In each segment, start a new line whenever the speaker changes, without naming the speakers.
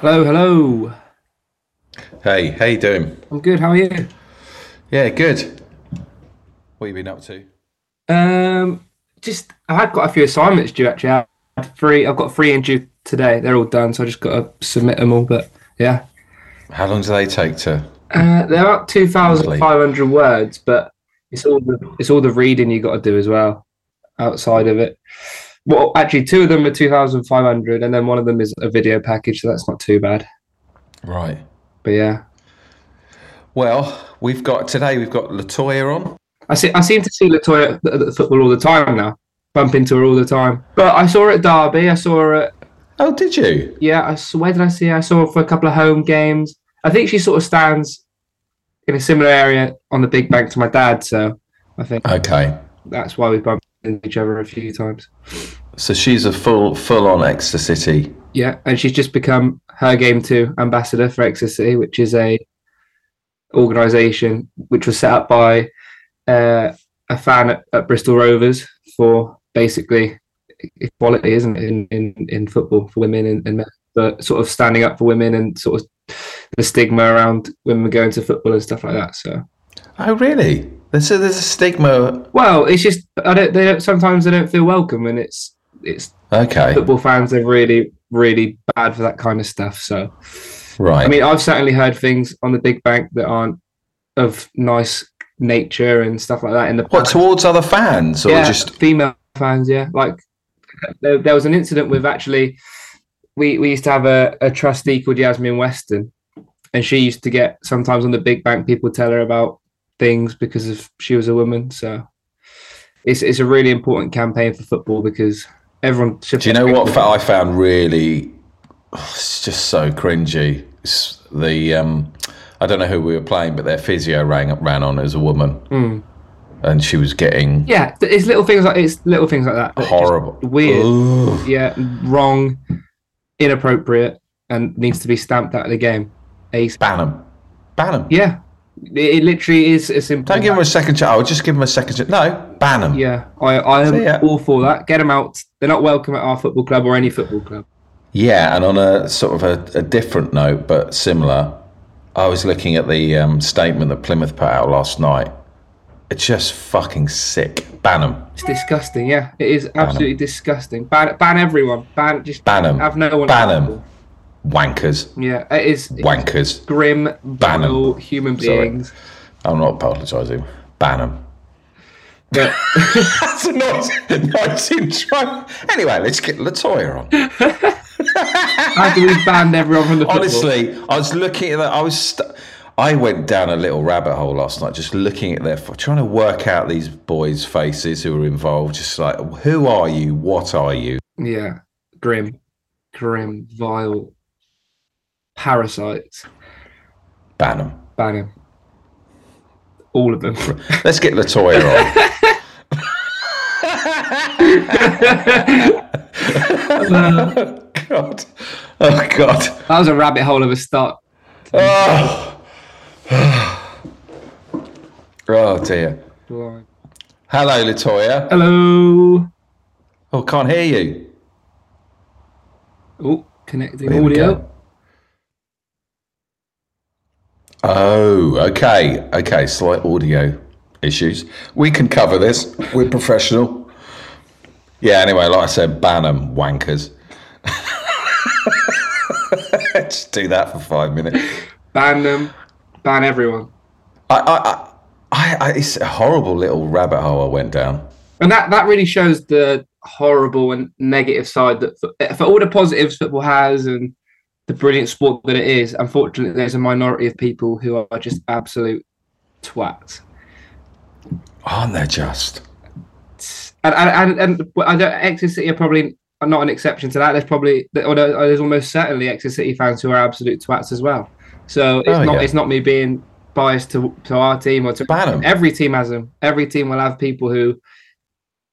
Hello, hello.
Hey, how you doing?
I'm good. How are you?
Yeah, good. What you been up to?
Um, just I had got a few assignments due actually. I had three. I've got three in due today. They're all done, so I just got to submit them all. But yeah,
How long do they take to?
uh, they're about two thousand five hundred words, but it's all the it's all the reading you got to do as well outside of it. Well, actually, two of them are two thousand five hundred, and then one of them is a video package, so that's not too bad.
Right.
But yeah,
Well, we've got today. We've got Latoya on.
I see. I seem to see Latoya at the- at the football all the time now. Bump into her all the time. But I saw her at Derby. I saw her at
Oh, did you?
Yeah, I s- where did I see her? I saw her for a couple of home games. I think she sort of stands in a similar area on the big bank to my dad, so I think
Okay.
that's why we bumped into each other a few times.
So she's a full, full-on Exeter City.
Yeah, and she's just become her game two ambassador for Exeter City, which is a organisation which was set up by uh, a fan at, at Bristol Rovers for basically equality, isn't it, in, in, in football for women and, and men, but sort of standing up for women and sort of the stigma around women going to football and stuff like that. So,
Oh, really? There's a, there's a stigma.
well, it's just I don't. They don't. Sometimes they don't feel welcome, and it's it's
Okay.
football fans are really really bad for that kind of stuff. So.
Right.
I mean, I've certainly heard things on the big bank that aren't of nice nature and stuff like that. In the
what towards other fans or
yeah,
just?
female fans, yeah. Like there, there was an incident with actually, we we used to have a, a trustee called Yasmin Weston, and she used to get sometimes on the big bank people tell her about things because of she was a woman. So it's it's a really important campaign for football because everyone should.
Do you know what fa- I found really? oh, It's just so cringy. It's the um, I don't know who we were playing, but their physio rang ran on as a woman,
Mm.
and she was getting
Yeah, th- it's little things like it's little things like that. that just-
horrible,
weird.
Ugh.
yeah, wrong, inappropriate, and needs to be stamped out of the game. Ace.
Ban them. Ban them.
Yeah, it, it literally is a simple.
Don't give them a second chance. I'll just give them a second chance. No, ban them.
Yeah, I, I
See ya.
am all for that. Get them out. They're not welcome at our football club or any football club.
Yeah, and on a sort of a, a different note, but similar, I was looking at the um, statement that Plymouth put out last night. It's just fucking sick. Ban them.
It's disgusting. Yeah, it is absolutely disgusting. Ban ban everyone. Ban just
Ban them.
have no one.
Ban 'em. Wankers.
Yeah, it is it's
Wankers.
grim,
Ban 'em.
banal human
Sorry.
beings.
I'm not apologising. Ban them.
But
That's a nice, nice intro. Anyway, let's get Latoya on.
how do we ban everyone from the football?
Honestly, I was looking at that. I was. St- I went down a little rabbit hole last night, just looking at their, f- trying to work out these boys' faces who were involved. Just like, who are you? What are you?
Yeah, grim, grim, vile parasites.
Ban them.
Ban him. All of them.
Let's get Latoya on.
that
God. Oh God.
was a rabbit hole of a start.
Oh. oh dear.
Hello.
Hello, Latoya.
Oh,
Oh, can't hear you.
connecting
Here we
audio.
go. Oh, okay. Okay, slight audio issues. We can cover this. We're professional. Yeah, anyway, like I said, ban 'em, wankers. Just do that for five minutes.
Ban them. Ban everyone.
I, I, I, I, I, it's a horrible little rabbit hole I went down.
And that, that really shows the horrible and negative side that for, for all the positives football has and the brilliant sport that it is, unfortunately, there's a minority of people who are just absolute twats.
Aren't they just?
and and and, and I don't, Exeter City are probably not an exception to that. There's probably or there- there's almost certainly Exeter City fans who are absolute twats as well. So it's
Oh,
not
yeah.
it's not me being biased to to our team or to
Ban 'em.
every team has them. Every team will have people who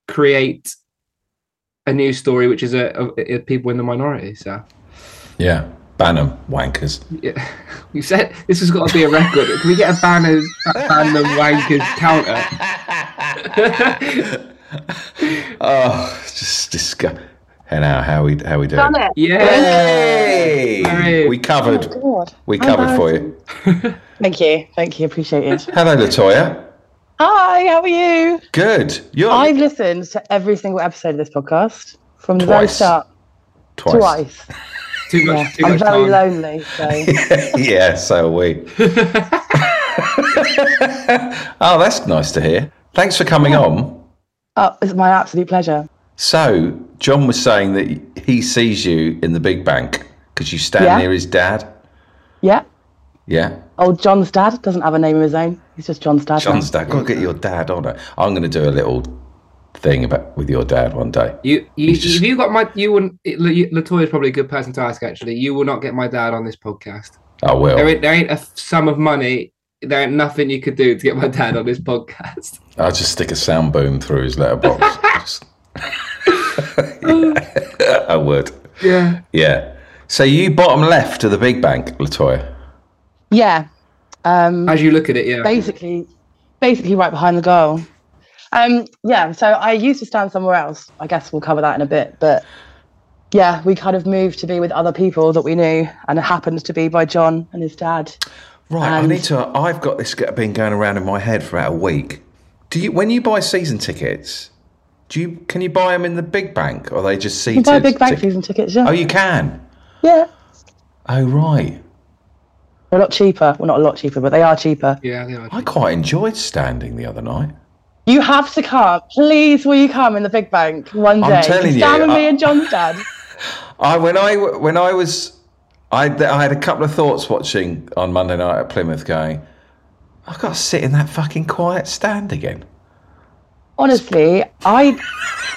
create a news story which is a, a, a people in the minority. So
Yeah, ban 'em, wankers.
yeah. you said this has got to be a record. Can we get a banners ban them wankers counter? uh,
oh, it's Oh, just disgust. And how how we how we doing?
Done it.
Yay!
Hooray.
We covered.
God.
We covered for you.
Thank you. Thank you. Appreciate it.
Hello, Latoya.
Hi, how are you?
Good. You're
I've listened to every single episode of this podcast from the very
Twice.
start. Twice.
Too much.
Yeah.
Too
I'm
much
very
time.
lonely. So
yeah, so are we. oh, that's nice to hear. Thanks for coming on.
oh, it's my absolute pleasure.
So, John was saying that he sees you in the Big Bank because you stand
Yeah.
near his dad.
Yeah.
Yeah,
Old John's dad doesn't have a name of his own. He's just John's dad. now.
John's dad. Go and get your dad on it. I'm going to do a little thing about with your dad one day.
You, you,
He's just-
if you got my, you wouldn't. Latoya's probably a good person to ask. Actually, you will not get my dad on this podcast.
I
There
will.
ain't, there ain't a sum of money. There ain't nothing you could do to get my dad on this podcast.
I'll just stick a sound boom through his letterbox. Just- Yeah, I would.
Yeah.
Yeah. So you bottom left of the Big Bank, Latoya.
Yeah. Um,
As you look at it, yeah.
basically, basically right behind the goal. Um, yeah. So I used to stand somewhere else. I guess we'll cover that in a bit. But yeah, we kind of moved to be with other people that we knew, and it happened to be by John and his dad.
Right, I
And-
need to. I've got this g- been going around in my head for about a week. Do you, when you buy season tickets, do you can you buy them in the big bank or are they just seated?
You buy big bank
tic-
season tickets, yeah.
Oh, you can.
yeah.
Oh, right.
They're a lot cheaper. Well, not a lot cheaper, but they are cheaper.
yeah, they are.
I quite enjoyed standing the other night.
You have to come. Please, will you come in the big bank one
I'm
day?
telling you,
Sam and
I-
me and John's dad.
I when I when I was, I I had a couple of thoughts watching on Monday night at Plymouth, going, I've got to sit in that fucking quiet stand again.
Honestly, I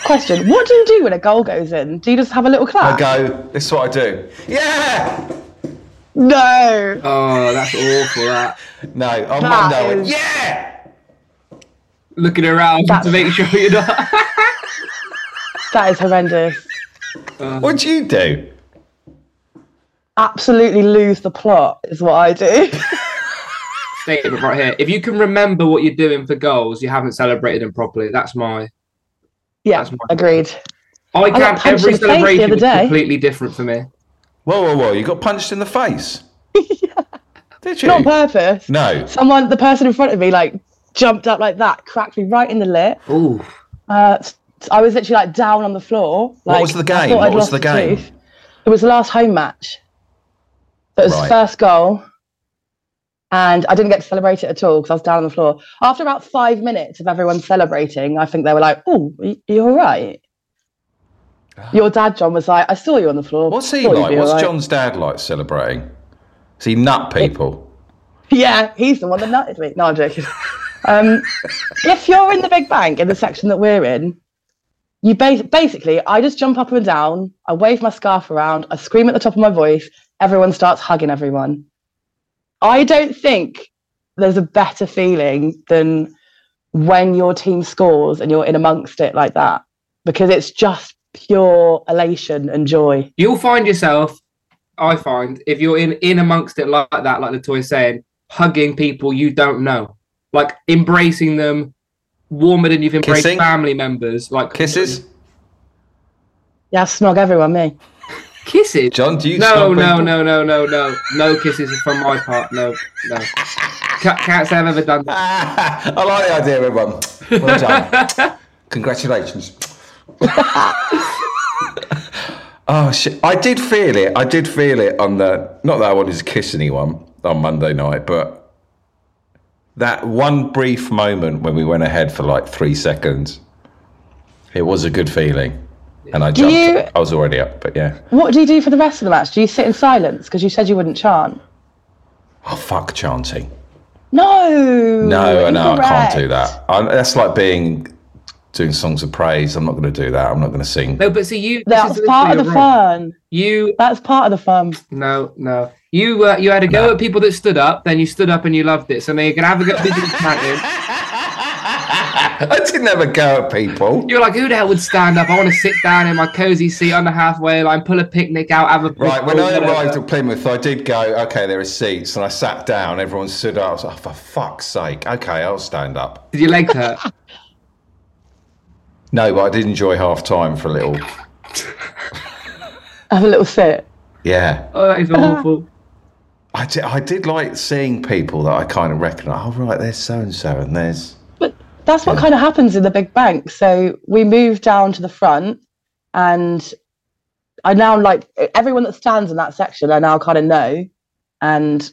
question what do you do when a goal goes in? Do you just have a little
I
clap?
go, this is what I do. Yeah.
No.
Oh, that's awful. That
No, on Monday, I went,
is-
yeah.
looking around
That's-
to make sure you're not.
That is horrendous.
What'd you do?
Absolutely lose the plot is what I do.
statement right here. If you can remember what you're doing for goals, you haven't celebrated them properly. That's my.
yeah,
That's my-
agreed.
I count
got punched
every
in the face the other
celebration is
day.
completely different for me.
Whoa, whoa, whoa! You got punched in the face. Did you?
Not on purpose.
no.
Someone, the person in front of me, like jumped up like that, cracked me right in the lip.
Ooh.
Uh, s- I was literally like down on the floor. Like,
was the
I
game?
thought
What
I'd
was
lost
the game?
tooth. It was the last home match. So it was
Right.
the first goal, and I didn't get to celebrate it at all because I was down on the floor. After about five minutes of everyone celebrating, I think they were like, "Oh, you're all right." Your dad, John, was like, "I saw you on the floor."
Ah. What's he
Thought you'd
like?
be all
What's
right."
John's dad like celebrating? Is he nut people?
Yeah, he's the one that nutted me. No, I'm joking. Um, if you're in the big bank in the section that we're in, you bas- basically, I just jump up and down, I wave my scarf around, I scream at the top of my voice, everyone starts hugging everyone. I don't think there's a better feeling than when your team scores and you're in amongst it like that because it's just pure elation and joy.
You'll find yourself, I find, if you're in in amongst it like that, like the toy's saying, hugging people you don't know, like embracing them warmer than you've embraced
Kissing?
family members, like
Kisses?
Yeah, snog everyone, me.
kisses.
John, do you?
No,
snog
no,
people?
no, no, no, no, no kisses from my part. No, no. Ca- Can't say I've ever done that.
Ah, I like the idea, everyone. Well done. Congratulations. oh shit! I did feel it. I did feel it on the. Not that I wanted to kiss anyone on Monday night, but that one brief moment when we went ahead for like three seconds, it was a good feeling, and I jumped.
you-
I was already up, but yeah.
What do you do for the rest of the match? Do you sit in silence because you said you wouldn't chant?
Oh fuck, chanting.
No.
No, no, I can't
incorrect.
do that. I, that's like being doing songs of praise. I'm not going to do that. I'm not going to sing.
No, but see you. this
That's
is
part of
literally
the
wrong.
fun.
You
That's part of the fun.
no, no. You uh, you had a go
No.
at people that stood up, then you stood up and you loved it. So now you're gonna have a go at people that chanted.
I didn't have a go at people.
You're like, who the hell would stand up? I want to sit down in my cozy seat on the halfway line, pull a picnic out, have a Oh,
Right, when I
whatever.
arrived at Plymouth, I did go, okay, there are seats, and I sat down. Everyone stood up. I was like, oh, for fuck's sake, okay, I'll stand up.
Did your legs hurt?
No, but I did enjoy half time for a little
Have a little sit.
Yeah.
Oh, that is awful.
I did, I did like seeing people that I kind of recognise. Oh, right, there's so and so, and there's.
But that's what kind of happens in the big bank. So we moved down to the front, and I now like everyone that stands in that section. I now kind of know, and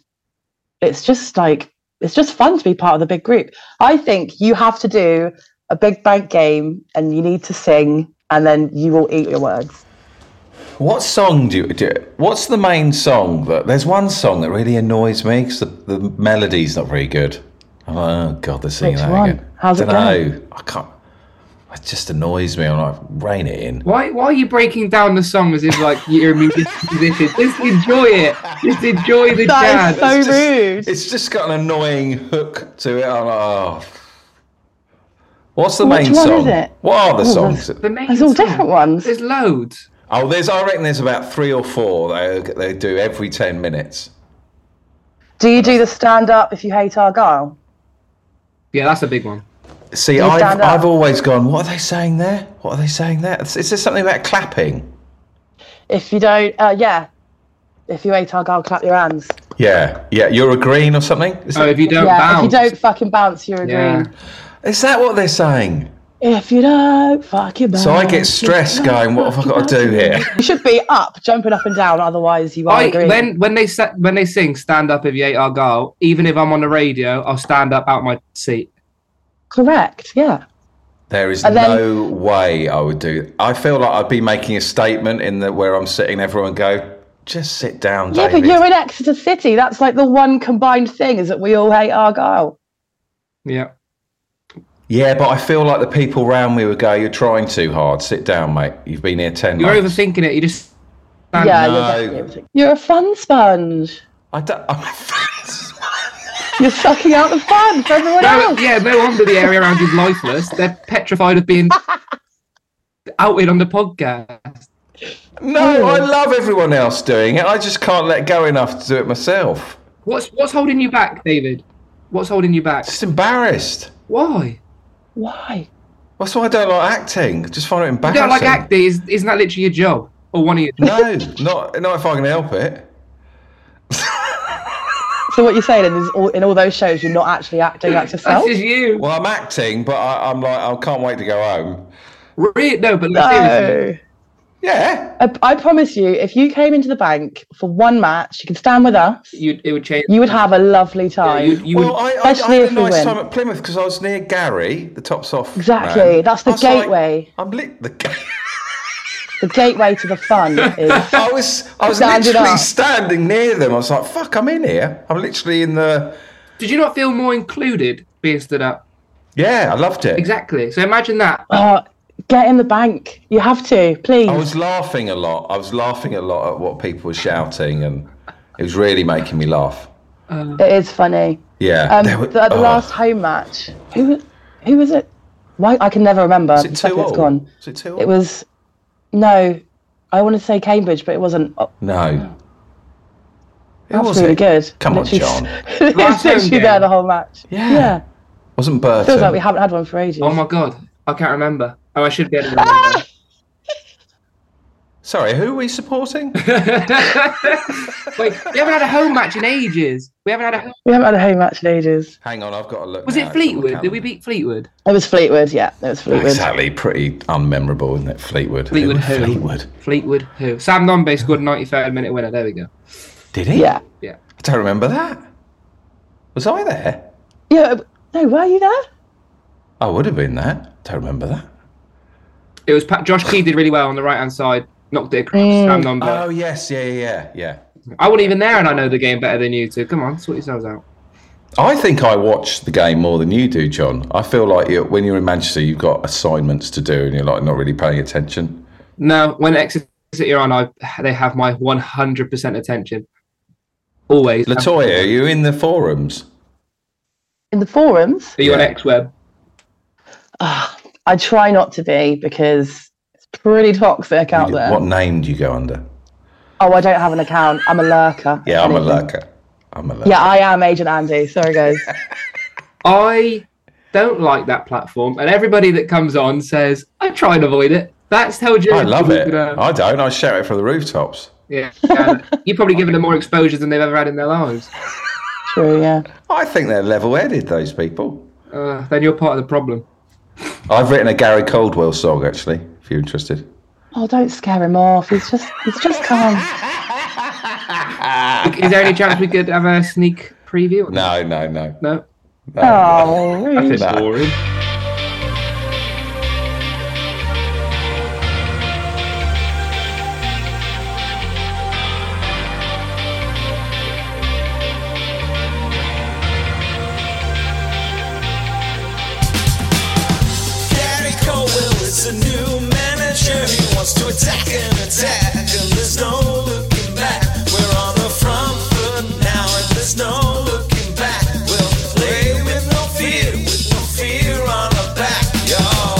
it's just like it's just fun to be part of the big group. I think you have to do a big bank game, and you need to sing, and then you will eat your words.
What song do you do? What's the main song that? There's one song that really annoys me because the, the melody's not very good. I'm like, oh god, they're singing
Which
that
one?
again.
How's it
Dunno. I can't. It just annoys me. I'm like, rein it in.
Why, why are you breaking down the song as if like you're a music- musician? Just enjoy it. Just enjoy the
That is
jazz.
so
It's just-
rude.
It's just got an annoying hook to it. I'm like, oh. What's the
Which
main
one
song?
is it?
What are the
Oh,
songs?
The main
There's all
song.
different ones.
There's loads.
Oh, there's. I reckon there's about three or four that they, they do every ten minutes.
Do you do the stand up if you hate Argyle?
Yeah, that's a big one.
See,
You
I've,
stand up.
I've always gone. What are they saying there? What are they saying there? Is, is there something about clapping?
If you don't, uh, yeah. If you hate Argyle, clap your hands.
Yeah, yeah. You're a green or something. Is,
Oh,
that,
if you don't
yeah.
bounce,
If you don't fucking bounce, you're a
Yeah.
green.
is that what they're saying?
If you don't fucking bounce.
So I get stressed, going, "What have I got to do here?"
You should be up, jumping up and down. Otherwise, you are
I,
a green.
when when they sa- when they sing "Stand Up If You Hate Argyle," even if I'm on the radio, I'll stand up out my seat.
Correct. Yeah.
There is
And then-
no way I would do. I feel like I'd be making a statement in the where I'm sitting. Everyone go, just sit down,
Yeah,
David.
but you're in Exeter City. That's like the one combined thing is that we all hate Argyle.
Yeah,
yeah, but I feel like the people around me would go, "You're trying too hard. Sit down, mate. You've been here ten
you're
months."
overthinking it. You just stand
yeah.
up.
no.
You're, definitely- you're a fun sponge.
I don't. I'm
You're sucking out the fun for everyone
No,
else.
yeah, no wonder the area around is lifeless. They're petrified of being outed on the podcast.
Oh.
no, I love everyone else doing it. I just can't let go enough to do it myself.
What's what's holding you back, David? What's holding you back?
Just embarrassed.
Why?
Why?
That's why I don't like acting. I just find it
You
embarrassing.
don't like acting? Is, isn't that literally your job or one of your?
No, not not if I can help it.
So what you're saying is, all, in all those shows, you're not actually acting like yourself.
That's just you.
Well, I'm acting, but I, I'm like, I can't wait to go home.
Re- no, but seriously,
No.
Yeah.
I, I promise you, if you came into the bank for one match, you could stand with us.
you it would change.
You would have a lovely time.
you, you
Well,
would,
I, I, I
Especially
had
if
a
we
nice
win.
time at Plymouth because I was near Gary, the tops off.
Exactly,
man.
that's the
I was like,
gateway.
I'm lit. The ga-
the gateway to the fun is
I was, I was
Standing
literally
up.
standing near them. I was like, "Fuck, I'm in here." I'm literally in the.
did you not feel more included being stood up?
Yeah, I loved it.
Exactly. So imagine that.
oh, get in the bank. You have to, please.
I was laughing a lot. I was laughing a lot at what people were shouting, and it was really making me laugh.
It is funny.
Yeah.
Um,
there were-
the, the
oh.
last home match, who who was it? Why I can never remember.
Is it
The second
too
it's
old?
gone.
Is it too old?
It was no. I want to say Cambridge, but it wasn't. Oh,
No. Who
that's
was
really
it?
good.
Come on,
Literally-
John.
Last
it was
home
literally
game.
there the whole match.
Yeah.
yeah.
Wasn't Burton?
Feels like we haven't had one for ages.
Oh my god, I can't remember. Oh, I should be able to remember.
Sorry, who are we supporting?
Wait, we haven't had a home match in ages. We haven't had a. Home-
We haven't had a home match in ages.
Hang on, I've got to look.
was it
now. It's on my
Fleetwood? Did we
calendar.
beat Fleetwood?
It was Fleetwood, yeah. It was Fleetwood.
Exactly, pretty unmemorable, isn't it? Fleetwood.
Fleetwood
Who-
who?
Fleetwood.
Fleetwood. Who? Sam Nombe scored a 93rd minute winner. There we go.
Did he?
Yeah.
Yeah.
I don't remember that. Was I there?
Yeah. it- No, were you there?
I would have been there. Don't remember that.
It was Pat- Josh Key did really well on the right hand side. Knocked it across. Sam Nombe.
Oh yes, yeah, yeah, yeah, yeah.
I wasn't even there, and I know the game better than you two. Come on, sort yourselves out.
I think I watch the game more than you do, John. I feel like you when you're in Manchester, you've got assignments to do, and you're like not really paying attention.
No, when Exeter are on, I they have my 100% attention. Always.
Latoya, are you in the forums?
In the forums?
Are you on
Yeah.
X Web?
Ah, I try not to be because it's pretty toxic out there.
What name do you go under?
Oh, I don't have an account. I'm a lurker.
Yeah, I'm a
Anything.
lurker. I'm a lurker.
Yeah, I am Agent Andy. Sorry, guys.
I don't like that platform, and everybody that comes on says I try and avoid it. That's how Joe.
I love it.
uh,
um,
I don't. I shout it from the rooftops.
yeah, and you're probably giving them more exposure than they've ever had in their lives.
True, yeah.
I think they're level-headed. Those people.
Uh, then you're part of the problem.
I've written a Gary Caldwell song actually. If you're interested.
Oh, don't scare him off. He's just he's just calm.
Is there any chance we could have a sneak preview?
No, no, no.
No.
no.
Oh, rude.
Nah.
Boring.
Gary Cowell is a new manager. He wants to attack and attack, and there's no looking back. We're on the front foot now, and there's no looking back. We'll play with no fear, with no fear on our back, y'all.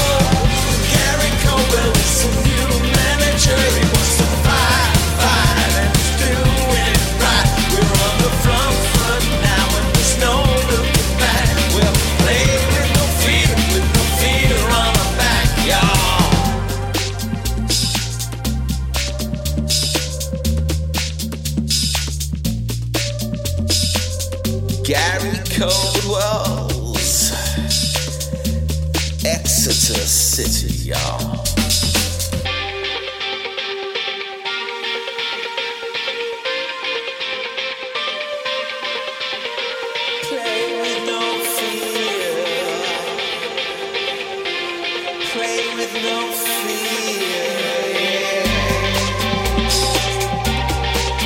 Gary Cowell is a new manager. He wants to fight, fight, and he's doing it right. We're on the front foot now, and there's no looking back. We'll play with no fear, with no fear on our back, y'all. Gary Caldwell's Exeter City, y'all. Play with no fear. Play with no fear.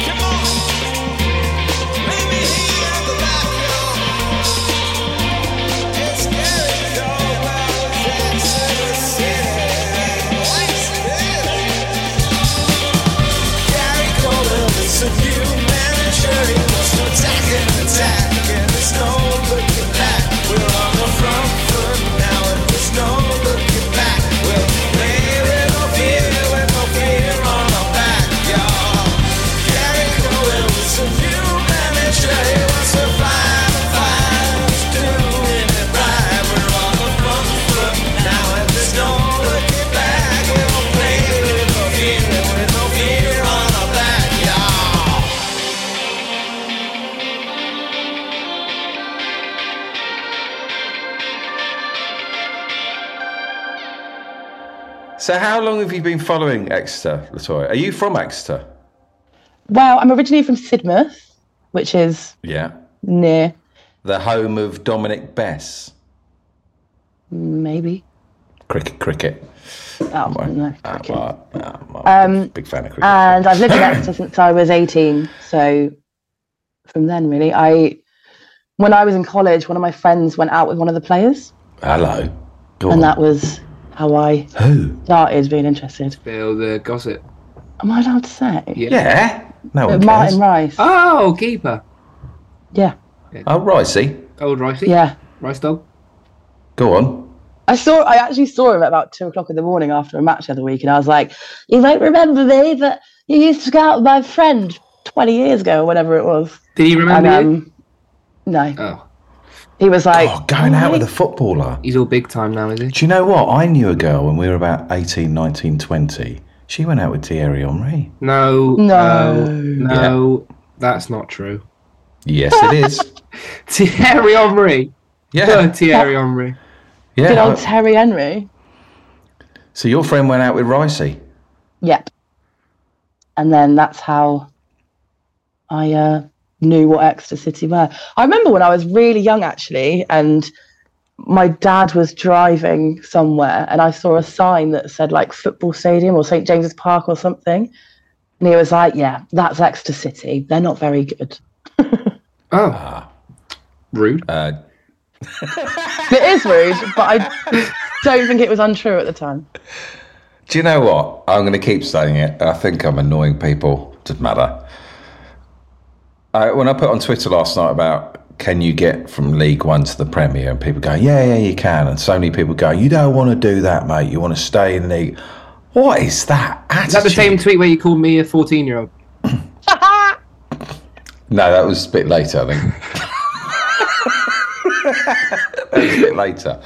Come on, let me hear the back, y'all. It's scary, though, about Jackson City. What's this? Gary Cole is a new manager. He wants to attack and attack, and there's no looking back. We're on the front foot now, and there's no looking back. We'll play with no fear, with no fear on our back, y'all. Gary Cole is a new manager. He wants to fight, fight, he's doing it right. We're on the front foot now, and there's no looking back. We'll play with no fear, with no fear on our back, y'all.
So, how long have you been following Exeter, Latoya? Are you from Exeter?
Well, I'm originally from Sidmouth, which is
Yeah.
near,
The home of Dominic Bess.
maybe.
Cricket, cricket.
Oh, no,
Ah,
cricket. Um, uh,
well, ah, well, I'm a big fan of cricket.
And I've lived in Exeter since I was 18. So from then, really, I when I was in college, one of my friends went out with one of the players,
Hello. Go on.
and that was how I
Who?
started being interested.
Bill the gossip.
Am I allowed to say?
Yeah. No one
But Uh, Martin
cares.
Rice.
Oh, keeper.
Yeah,
Oh, Ricey.
Old Ricey.
yeah.
Rice dog.
Go on.
I saw. I actually saw him at about two o'clock in the morning after a match the other week, and I was like, "You won't remember me, but you used to go out with my friend twenty years ago, or whatever it was."
Did he
And
remember you?
um, no,
Oh,
he was like,
Uh, Oh, going out with a
"Alright."
footballer.
he's all big time now, is he?
Do you know what? I knew a girl when we were about 18, 19, 20. She went out with Thierry Henry.
No. Oh,
No.
No. That's not true.
Yes, it is.
Thierry Henry. Oh,
Yeah.
Thierry Henry.
"Good
yeah.
old Terry Henry."
So your friend went out with Ricey.
Yep. And then that's how I uh, knew what Exeter City were. I remember when I was really young, actually, and my dad was driving somewhere and I saw a sign that said like football stadium or St James's Park or something. And he was like, Yeah, that's Exeter City. They're not very good.
Oh. Rude.
Uh,
It is rude, but I don't think it was untrue at the time.
Do you know what? I'm going to keep saying it. I think I'm annoying people. Doesn't matter. I, when I put on Twitter last night about can you get from League One to the Premier? And people go, yeah, yeah, you can. And so many people go, you don't want to do that, mate. You want to stay in League. What is that?
Is that the same
attitude?
tweet where you called me a 14 year old?
No, that was a bit later, I think. that was a bit later.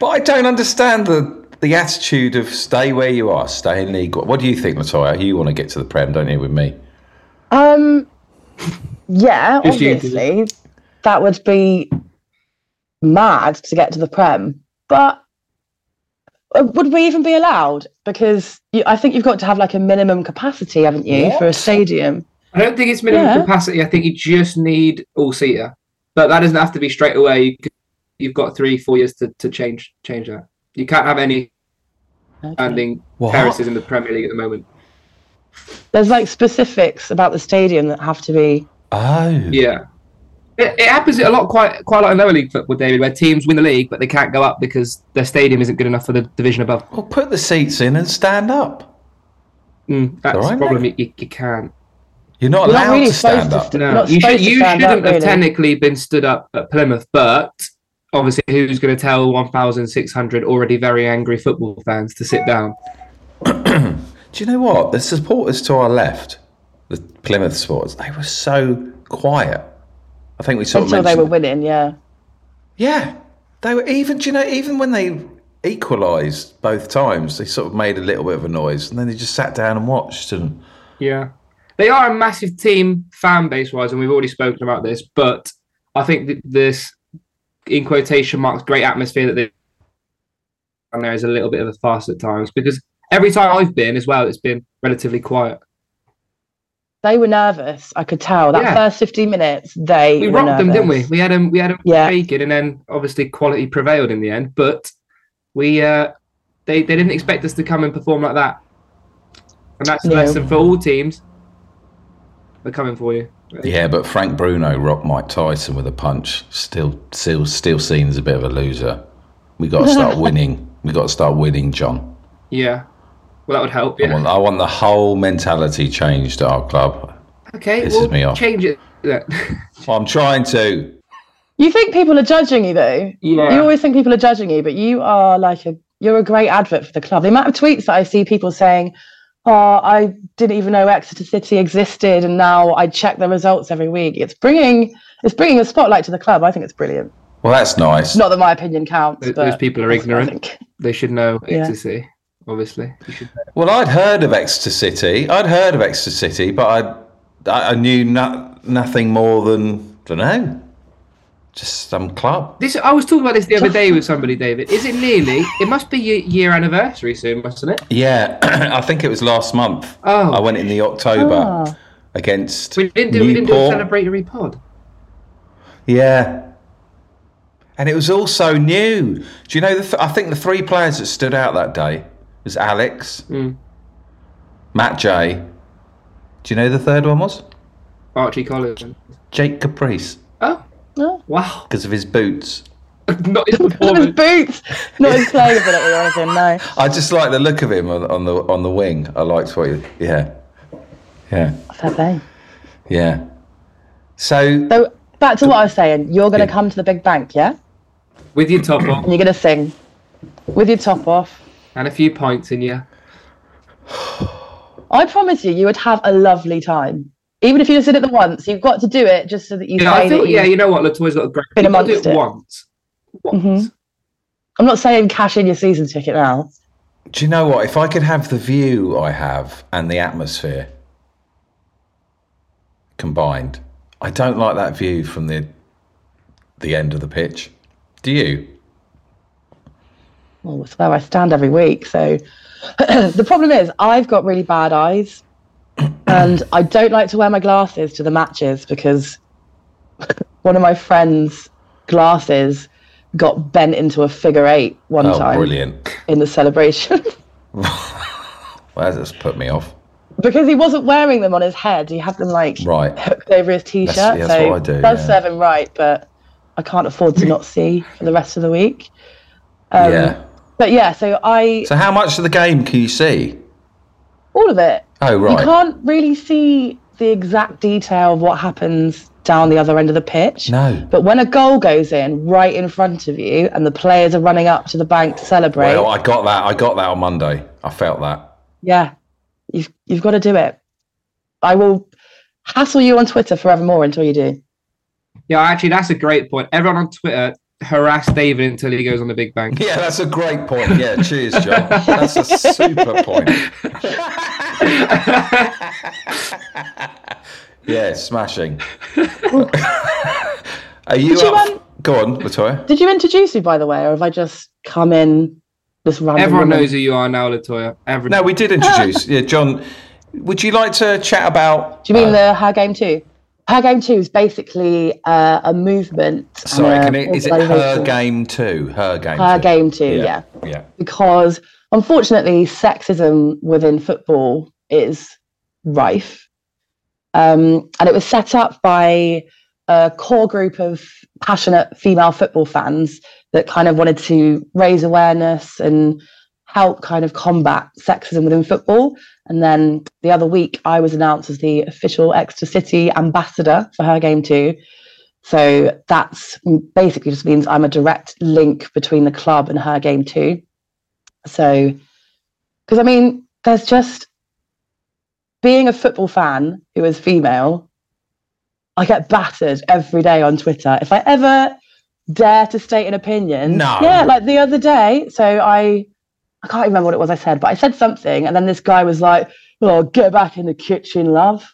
But I don't understand the the attitude of stay where you are, stay in league. What do you think, Latoya? You want to get to the Prem, don't you, with me?
Um, yeah,
Just you, did it?
obviously, that would be mad to get to the prem, but uh, would we even be allowed? Because you, I think you've got to have like a minimum capacity, haven't you, for a
What?
stadium?
I don't think it's minimum
Yeah.
capacity. I think you just need all seater, but that doesn't have to be straight away. You could, you've got three, four years to, to change change that. You can't have any standing
What?
terraces in the Premier League at the moment.
There's like specifics about the stadium that have to be.
Oh.
Yeah, it, it happens a lot, quite quite a lot in lower league football, David, where teams win the league but they can't go up because their stadium isn't good enough for the division above.
Well, put the seats in and stand up.
Mm, that's
Alright,
the problem. You, you, you can't.
You're not
You're not
allowed
really
to stand
supposed to
up.
stand- You're
No,
not
you, should,
supposed to
you
stand
shouldn't
up,
have
really.
technically been stood up at Plymouth, but obviously, who's going to tell 1,600 already very angry football fans to sit down?
Do you know what? The supporters to our left, the Plymouth supporters, they were so quiet. I think we sort
Until
of
they
mentioned
were winning, yeah.
Yeah, they were even. Do you know? Even when they equalised both times, they sort of made a little bit of a noise, and then they just sat down and watched. And
Yeah. They are a massive team fan base wise, and we've already spoken about this, but I think th- this, in quotation marks, great atmosphere that they and there is a little bit of a farce at times because every time I've been as well, it's been relatively quiet.
They were nervous. I could tell that
Yeah.
first 15 minutes. They
We
were
rocked them, didn't we?
nervous.
We had them, we had them
Yeah.
shaking, and then obviously quality prevailed in the end. But we, uh, they, they didn't expect us to come and perform like that, and that's a
No.
lesson for all teams. We're coming for you.
yeah, but Frank Bruno rocked Mike Tyson with a punch. Still, still, still seen as a bit of a loser. We got to start winning. We got to start winning, John.
Yeah. Well, that would help.
I,
Yeah.
want, I want the whole mentality changed at our club.
Okay.
Pisses
we'll
me off.
Change it. Yeah.
I'm trying to.
You think people are judging you though?
Yeah.
You always think people are judging you, but you are like a you're a great advert for the club. The amount of tweets that I see people saying, "Oh, I didn't even know Exeter City existed, and now I check the results every week." It's bringing it's bringing a spotlight to the club. I think it's brilliant.
Well, that's nice.
Not that my opinion counts,
Th-
but
Those people are
that's what I
ignorant.
think.
They should know
Yeah.
ecstasy, obviously. You should know.
Well, I'd heard of Exeter City. I'd heard of Exeter City, but I, I, I knew no, nothing more than I don't know, just some club.
This I was talking about this the other day with somebody, David. Is it nearly? It must be your year anniversary soon, mustn't it?
Yeah, I think it was last month.
Oh.
I went in the October
Ah.
against
We didn't do, we didn't do a
Newport.
celebratory pod.
Yeah, and it was also new. Do you know? The th- I think the three players that stood out that day was Alex,
Mm.
Matt J. Do you know who the third one was
Archie Collins.
Jake Caprice
Oh,
Oh.
wow.
because of his boots?
Not his
Look at his
performance.
boots, not his playing ability or anything. No,
I just like the look of him on, on the on the wing. I liked what you, yeah, yeah,
fair play.
yeah. So
So back to what I was saying. You're going to
Yeah.
come to the big bank, yeah?
With your top on
And you're going to sing with your top off.
and a few pints in you.
I promise you, you would have a lovely time. Even if you just did it the once, you've got to do it just so that you
Yeah,
say
I feel,
that you-
yeah, you know what? Latoya's got a great.
Been
you've got to
amongst
do it
it. Mm-hmm.
once. Once.
I'm not saying cash in your season ticket now.
do you know what? If I could have the view I have and the atmosphere combined, I don't like that view from the the end of the pitch. Do you?
Well, it's where I stand every week. So the problem is, I've got really bad eyes, and I don't like to wear my glasses to the matches because one of my friend's glasses got bent into a figure eight one
Oh,
time
brilliant!
in the celebration.
Well, that's put me off.
because he wasn't wearing them on his head. He had them like
Right.
hooked over his t-shirt.
That's- that's
so
what I do,
does
yeah.
serve him right, but I can't afford to not see for the rest of the week. Um,
yeah.
But yeah, so I
So how much of the game can you see?
all of it.
Oh,
You
right.
can't really see the exact detail of what happens down the other end of the pitch.
No.
But when a goal goes in right in front of you and the players are running up to the bank to celebrate,
Well, I got that. I got that on Monday. I felt that.
yeah, you've, you've got to do it. I will hassle you on Twitter forevermore until you do.
Yeah, actually, that's a great point. Everyone on Twitter harass David until he goes on the Big Bang.
Yeah, that's a great point. Yeah, cheers, John. That's a super point. yeah, smashing. Are you
Did you,
up?
um,
Go on, Latoya.
Did you introduce me, by the way, or have I just come in this random?
Everyone
woman?
knows who you are now, Latoya. Everyone.
No, we did introduce. Yeah, John. Would you like to chat about?
Do you mean the Her Game Two? Her Game Two is basically uh, a movement. and
Sorry,
a
can it, is it her
organisation.
game too? Her game.
Her
too.
Game Two, yeah.
Yeah.
because unfortunately, sexism within football is rife, um, and it was set up by a core group of passionate female football fans that kind of wanted to raise awareness and help kind of combat sexism within football. And then the other week, I was announced as the official Exeter City ambassador for her game too. So that's basically just means I'm a direct link between the club and her game too. So, because I mean, there's just being a football fan who is female. I get battered every day on Twitter. If I ever dare to state an opinion,
No.
yeah, like the other day. So I, I can't remember what it was I said, but I said something, and then this guy was like, "Oh, get back in the kitchen, love,"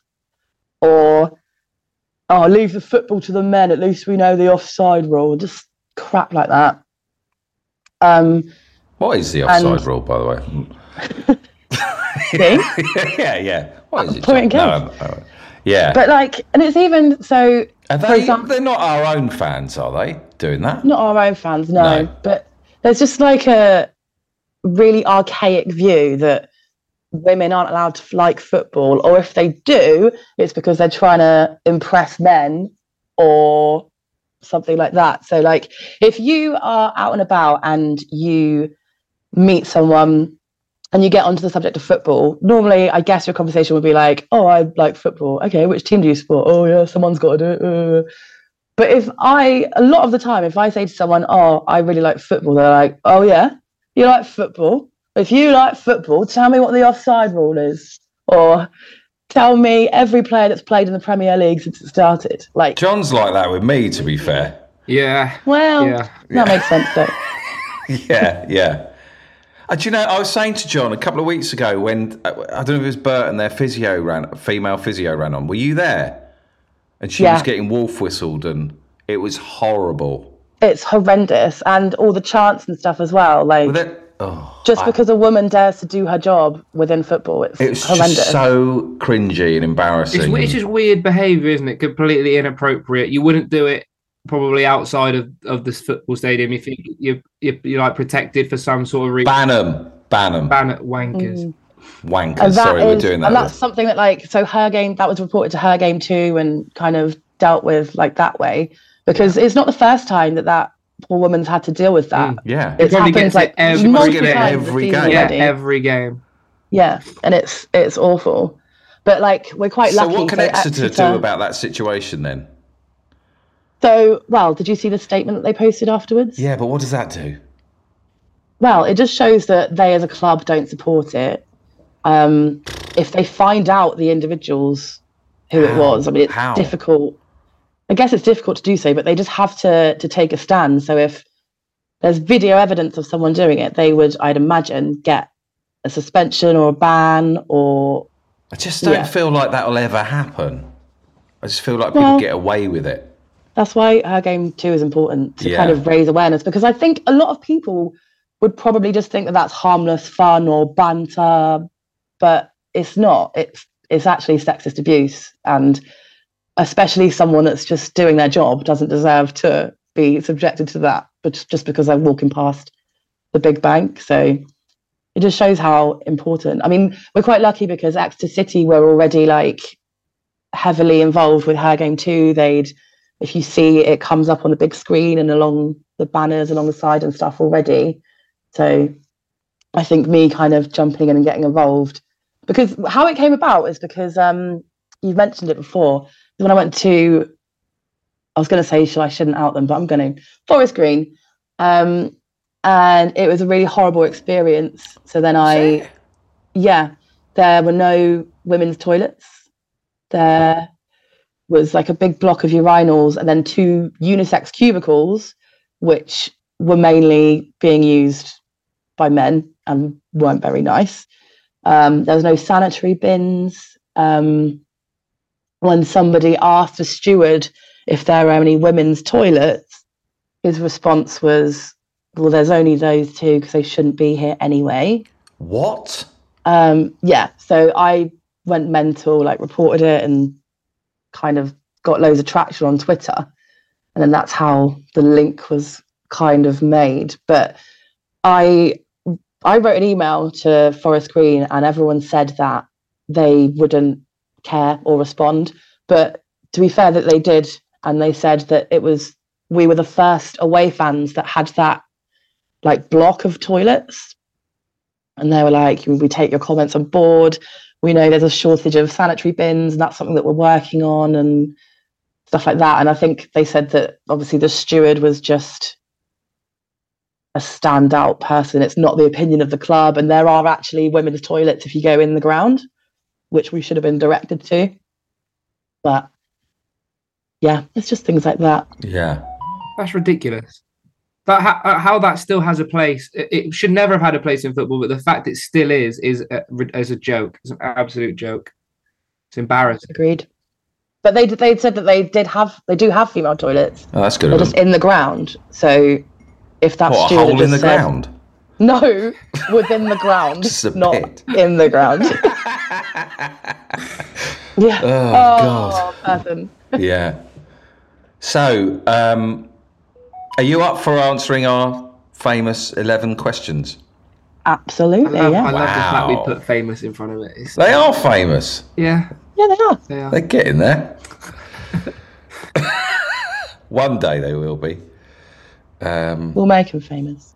or oh, leave the football to the men. At least we know the offside rule. Just crap like that. Um,
What is the
And-
offside rule, by the way?
see?
yeah, yeah. What is it?
Point
John?
again.
No, no. Yeah.
but like, and it's even so
Are
for
they,
example-
they're not our own fans, are they? Doing that?
not our own fans, no,
No.
but there's just like a really archaic view that women aren't allowed to like football, or if they do, it's because they're trying to impress men or something like that. So, like, if you are out and about and you meet someone and you get onto the subject of football, normally I guess your conversation would be like, oh, I like football. Okay, which team do you support? Oh, yeah, someone's got to do it. Uh. But if I, a lot of the time, if I say to someone, oh, I really like football, they're like, oh, yeah, you like football? If you like football, tell me what the offside rule is. Or tell me every player that's played in the Premier League since it started. Like,
John's like that with me, to be fair.
Yeah.
well,
Yeah.
that makes sense, though.
Yeah, yeah. Uh, do you know, I was saying to John a couple of weeks ago when, uh, I don't know if it was Bert and their physio ran, female physio ran on. Were you there? And she was
Yeah.
getting wolf whistled and it was horrible.
It's horrendous. And all the chants and stuff as well. Like,
But that, oh,
just because a woman dares to do her job within football, it's,
it was
horrendous.
just so cringy and embarrassing.
It's, it's just weird behavior, isn't it? Completely inappropriate. You wouldn't do it probably outside of, of this football stadium if you, you, you, you're like protected for some sort of reason.
ban them, ban them,
Ban at wankers.
Mm.
wankers. Sorry, we're
is-
doing that.
and that's something that like so her game that was reported to her game too and kind of dealt with like that way because it's not the first time that that poor woman's had to deal with that.
yeah.
It's
Mm. probably
happened
gets it
like
every-
multiple
Get it
times
every
this season
game.
Yeah,
already.
every game.
E. yeah, and it's it's awful. But like we're quite
So,
lucky.
what can
so
Exeter do
Exeter-
about that situation then?
So well, did you see the statement that they posted afterwards?
Yeah, but what does that do?
Well, it just shows that they as a club don't support it. Um, if they find out the individuals who it
How?
was, I mean, it's
How?
difficult. I guess it's difficult to do so, but they just have to to take a stand. So if there's video evidence of someone doing it, they would, I'd imagine, get a suspension or a ban or
I just don't
Yeah.
feel like that'll ever happen. I just feel like people
Well-
get away with it.
That's why her game too is important to
Yeah.
kind of raise awareness because I think a lot of people would probably just think that that's harmless fun or banter, but it's not. It's it's actually sexist abuse, and especially someone that's just doing their job doesn't deserve to be subjected to that, but just- just because they're walking past the big bank. So it just shows how important. I mean, we're quite lucky because Exeter City were already like heavily involved with her game too. They'd if you see it comes up on the big screen and along the banners along the side and stuff already. So I think me kind of jumping in and getting involved because how it came about is because um, you've mentioned it before. When I went to I was going to say, should I shouldn't out them, but I'm going to. Forest Green. Um, and it was a really horrible experience. So then I, yeah, there were no women's toilets. There was like a big block of urinals and then two unisex cubicles, which were mainly being used by men and weren't very nice. Um, there was no sanitary bins. Um, when somebody asked the steward if there are any women's toilets, his response was, "Well, there's only those two because they shouldn't be here anyway."
What?
Um, yeah, so I went mental, like reported it, and kind of got loads of traction on Twitter, and then that's how the link was kind of made. But I I wrote an email to Forest Green, and everyone said that they wouldn't care or respond. But to be fair, that they did, and they said that it was we were the first away fans that had that like block of toilets, and they were like, "We take your comments on board. We know there's a shortage of sanitary bins, and that's something that we're working on, and stuff like that." And I think they said that obviously the steward was just a standout person. It's not the opinion of the club, and there are actually women's toilets if you go in the ground which we should have been directed to. But yeah, it's just things like that.
Yeah.
That's ridiculous. That ha- uh, how that still has a place. It, it should never have had a place in football, but the fact it still is is a, is a joke. It's an absolute joke. It's embarrassing.
Agreed. But they they said that they did have they do have female toilets.
Oh, that's good.
They're
of
just
them.
in the ground. So if that
What, a
steward had
hole in
just
the
said-
ground?
no, within the ground,
Just a
not
pit.
in the ground. yeah.
Oh, God.
person.
Yeah. So, um, are you up for answering our famous 11 questions?
I
Absolutely.
love, I
Yeah.
love the
Wow.
fact we put famous in front of it. It's-
They are famous.
yeah,
Yeah, they are.
they are.
They're getting there. One day they will be. Um,
We'll make them famous.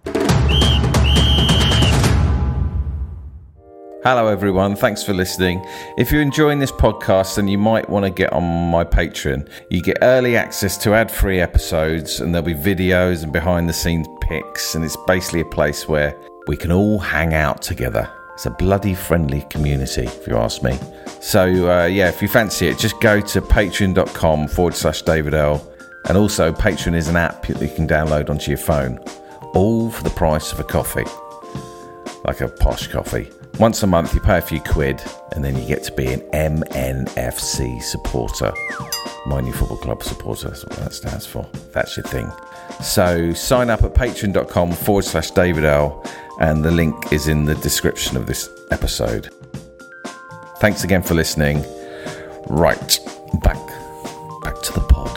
Hello, everyone. Thanks for listening. If you're enjoying this podcast, then you might want to get on my Patreon. You get early access to ad free episodes, and there'll be videos and behind the scenes pics. And it's basically a place where we can all hang out together. It's a bloody friendly community, if you ask me. So, uh, yeah, if you fancy it, just go to patreon.com forward slash David L. And also, Patreon is an app that you can download onto your phone, all for the price of a coffee like a posh coffee. Once a month, you pay a few quid, and then you get to be an MNFC supporter. Mind you, Football Club supporter, that's what that stands for. That's your thing. So sign up at patreon.com forward slash David L, and the link is in the description of this episode. Thanks again for listening. Right, back, back to the pod.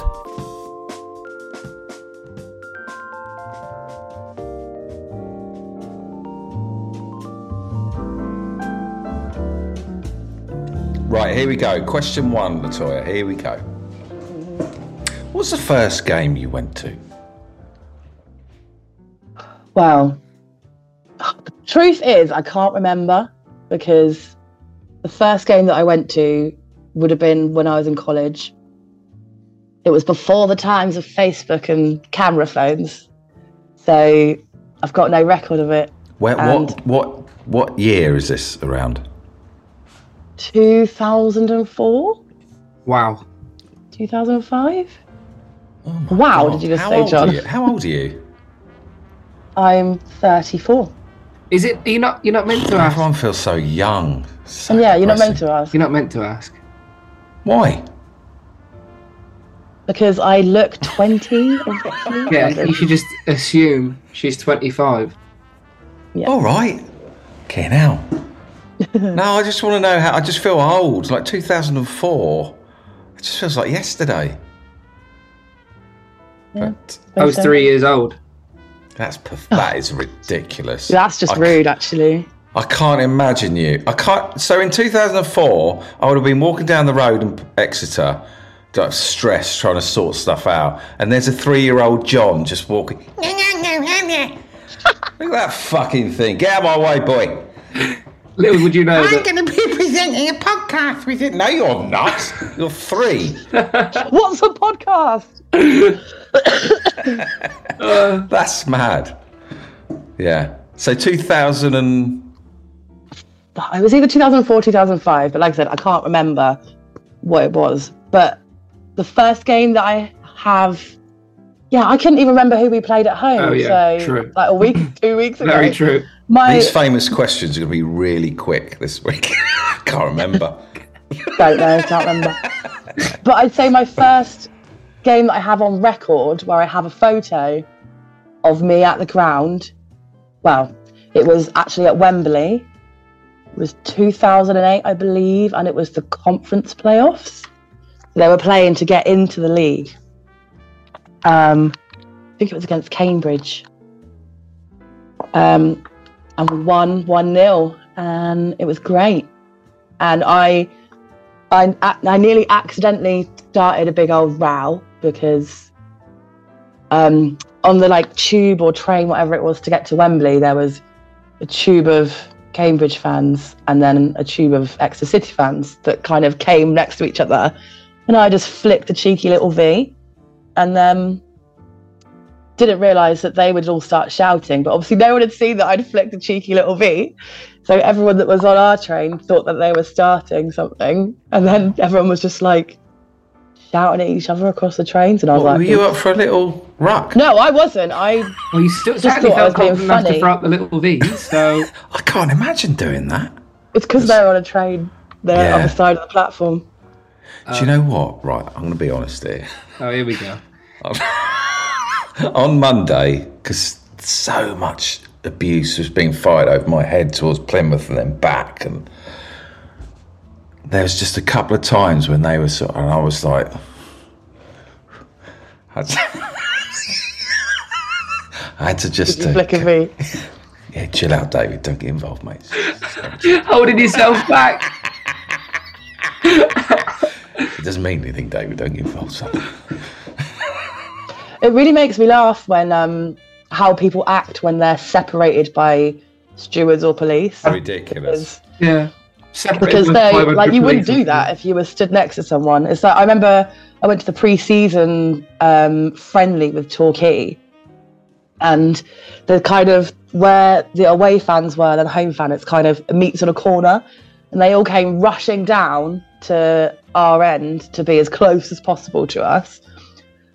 Right, here we go. Question one, Latoya. Here we go. What's the first game you went to?
Well, the truth is, I can't remember because the first game that I went to would have been when I was in college. It was before the times of Facebook and camera phones. So I've got no record of it.
Where,
And-
what what what year is this around?
2004?
Wow.
2005?
Oh my
Wow, did you just
How
say,
old are
John?
you? How old are you?
I'm 34.
Is it? You're not. You're not meant to ask.
Everyone feels so young. So
And yeah, you're not meant
depressing.
to ask.
You're not meant to ask.
Why?
Because I look 20. obviously.
Yeah, you should just assume she's 25.
All right. Okay, now. no, I just want to know how. I just feel old. Like 2004. It just feels like yesterday. But
I was
so.
three years old.
that's perf- that is ridiculous.
That's just
I c-
rude, actually.
I can't imagine you. I can't. So in 2004, I would have been walking down the road in Exeter, like stressed, trying to sort stuff out. And there's a three-year-old John just walking. Look at that fucking thing! Get out of my way, boy.
Little would you know
I'm
that
going to be presenting a podcast
podcast. We didn't. No, you're not. You're three.
What's a podcast?
That's mad. Yeah. So 2000 and
It was either 2004, 2005, but like I said, I can't remember what it was. But the first game that I have, yeah, I couldn't even remember who we played at home.
Oh, yeah,
so
true.
like a week, two weeks ago.
Very true.
My
these famous questions are going to be really quick this week. Can't remember.
don't know, can't remember. but I'd say my first game that I have on record, where I have a photo of me at the ground. Well, it was actually at Wembley. It was 2008, I believe, and it was the conference playoffs. They were playing to get into the league. Um, I think it was against Cambridge. Um, and we won 1 0, and it was great. And I I, I nearly accidentally started a big old row because um, on the like tube or train, whatever it was, to get to Wembley, there was a tube of Cambridge fans and then a tube of Exeter City fans that kind of came next to each other. And I just flicked a cheeky little V and then didn't realise that they would all start shouting. But obviously, no one had seen that I'd flicked a cheeky little V. So everyone that was on our train thought that they were starting something, and then everyone was just like shouting at each other across the trains. And I was
Were
like,
you up for a little ruck?
"No, I wasn't. I
Well, you still
Just
exactly
thought I was
felt
being
confident enough to
funny.
throw out the little V. So
I can't imagine doing that.
it's because they're on a train. They're on
Yeah.
the side of the platform.
Do you know what? Right, I'm going to be honest here.
oh, here we go.
on Monday, because so much abuse was being fired over my head towards Plymouth and then back, and there was just a couple of times when they were sort, and I was like, I had to, I had to just
You
uh,
flick a
ca-
V.
yeah, chill out, David. Don't get involved, mate.
Holding yourself back.
It doesn't mean anything, David. Don't get involved. son.
It really makes me laugh when um, how people act when they're separated by stewards or police.
Ridiculous.
Yeah. Separate
because
with
they
500
like you wouldn't
police.
do that if you were stood next to someone. It's like I remember I went to the pre-season um, friendly with Torquay, and the kind of where the away fans were and the home fan, it's kind of meets on a corner, and they all came rushing down to our end to be as close as possible to us,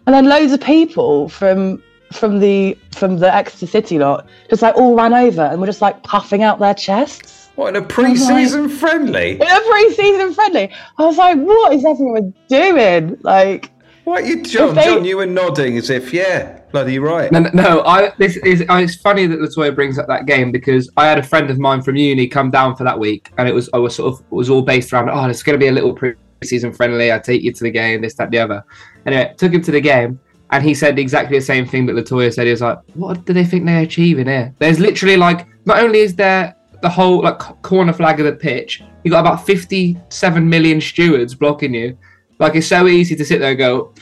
and then loads of people from from the from the Exeter City lot just like all ran over and were just like puffing out their chests
What in a pre-season friendly?
in a pre-season friendly. I was like, what is everyone doing? Like,
What you, John?
they-
John, you were nodding as if, yeah, bloody right.
No, no, no, I this is I- it's funny that Latoya brings up that game because I had a friend of mine from uni come down for that week, and it was I was sort of it was all based around oh it's going to be a little pre-season friendly. I take you to the game, this that the other. Anyway, took him to the game, and he said exactly the same thing that Latoya said. He was like, "What do they think they're achieving here? There's literally like not only is there the whole like c- corner flag of the pitch, you got about 57 million stewards blocking you." Like it's so easy to sit there and go,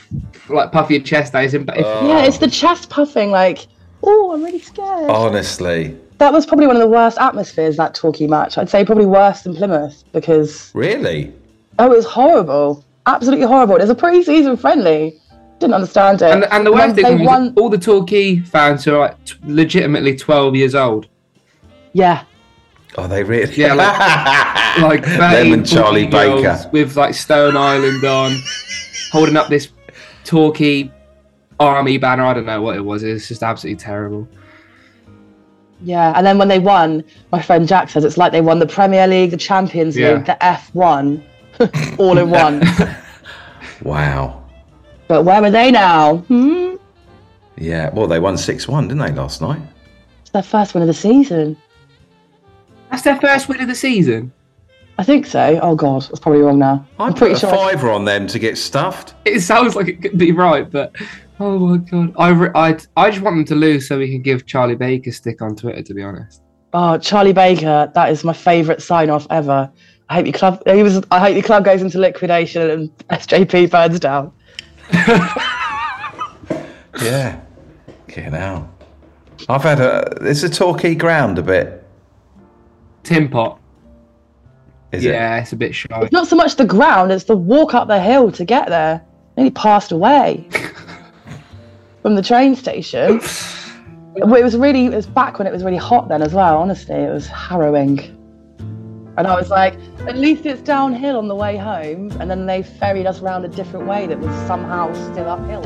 like puff your chest out. But if,
yeah, it's the chest puffing. Like, oh, I'm really scared.
Honestly,
That was probably one of the worst atmospheres that Torquay match. I'd say probably worse than Plymouth because
really.
oh, it was horrible, absolutely horrible. It was a pre-season friendly. Didn't understand it.
And, and the
way
worst
they
thing was
won,
all the Torquay fans who are like t- legitimately 12 years old.
yeah,
Are they really?
Yeah, Like 13,
Them and Charlie
14
Baker.
girls With like Stone Island on, holding up this Torquay army banner. I don't know what it was. It was just absolutely terrible.
yeah. And then when they won, my friend Jack says it's like they won the Premier League, the Champions
Yeah.
League, the F1, all in one.
Wow.
but where are they now? Hmm.
Yeah. Well, they won six one, didn't they, last night?
It's their first win of the season.
That's their first win of the season.
I think so. Oh god, that's probably wrong now.
I
I'm
put
pretty
a
sure.
fiver on them to get stuffed.
It sounds like it could be right, but oh my God. I, re- I, I just want them to lose so we can give Charlie Baker stick on Twitter, to be honest.
Oh, Charlie Baker, that is my favourite sign off ever. I hope your club. He was. I hope your club goes into liquidation and SJP burns down.
Yeah. Get out. I've had a. It's a Torquay ground a bit.
Tim Pot.
Is it?
yeah, it's a bit shy.
It's not so much the ground, it's the walk up the hill to get there. And he passed away from the train station. Well, It was really, it was back when it was really hot then as well, honestly. It was harrowing. And I was like, at least it's downhill on the way home. And then they ferried us round a different way that was somehow still uphill.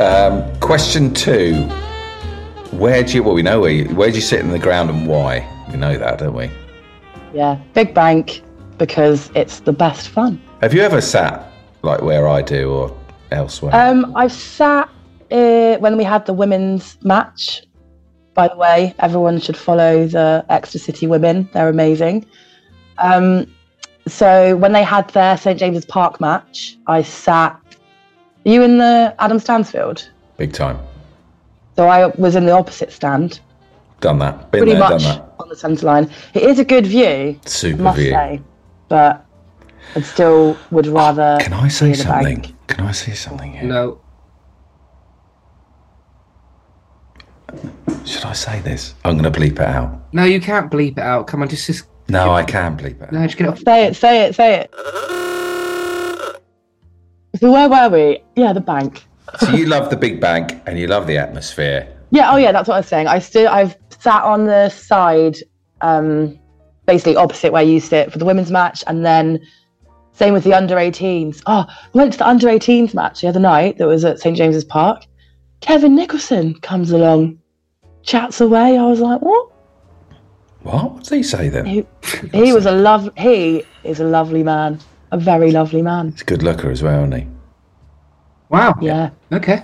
Um, question two. Where do you? Well, we know where. You, where do you sit in the ground and why? We know that, don't we?
Yeah, big bank because it's the best fun.
Have you ever sat like where I do or elsewhere?
Um, I've sat uh, when we had the women's match. By the way, everyone should follow the Exeter City women; they're amazing. Um, so when they had their St James's Park match, I sat. Are you in the Adam Stansfield?
Big time.
So I was in the opposite stand,
Done that. Been
pretty
there,
much
done
on the centre line. It is a good view,
that. Super
must
view. Oh,
say, but I still would rather.
Can I say
be in the
something?
bank.
Can I say something here?
No,
Should I say this? I'm going to bleep it out.
no, you can't bleep it out. Come on, just, just
No, I can bleep it.
no,
Out.
just get it off.
Say it, say it, say it. So where were we? Yeah, the bank.
so you love the big bank and you love the atmosphere.
Yeah, oh yeah, that's what I was saying. I stood I've sat on the side, um, basically opposite where you sit for the women's match and then same with the under 18s. Oh, I went to the under 18s match the other night that was at St James's Park. Kevin Nicholson comes along, chats away. I was like, what?
What? What did he say then?
He, he was a love he is a lovely man. A very lovely man.
He's a good looker as well, isn't
Uh,
he?
Wow.
Yeah.
Okay.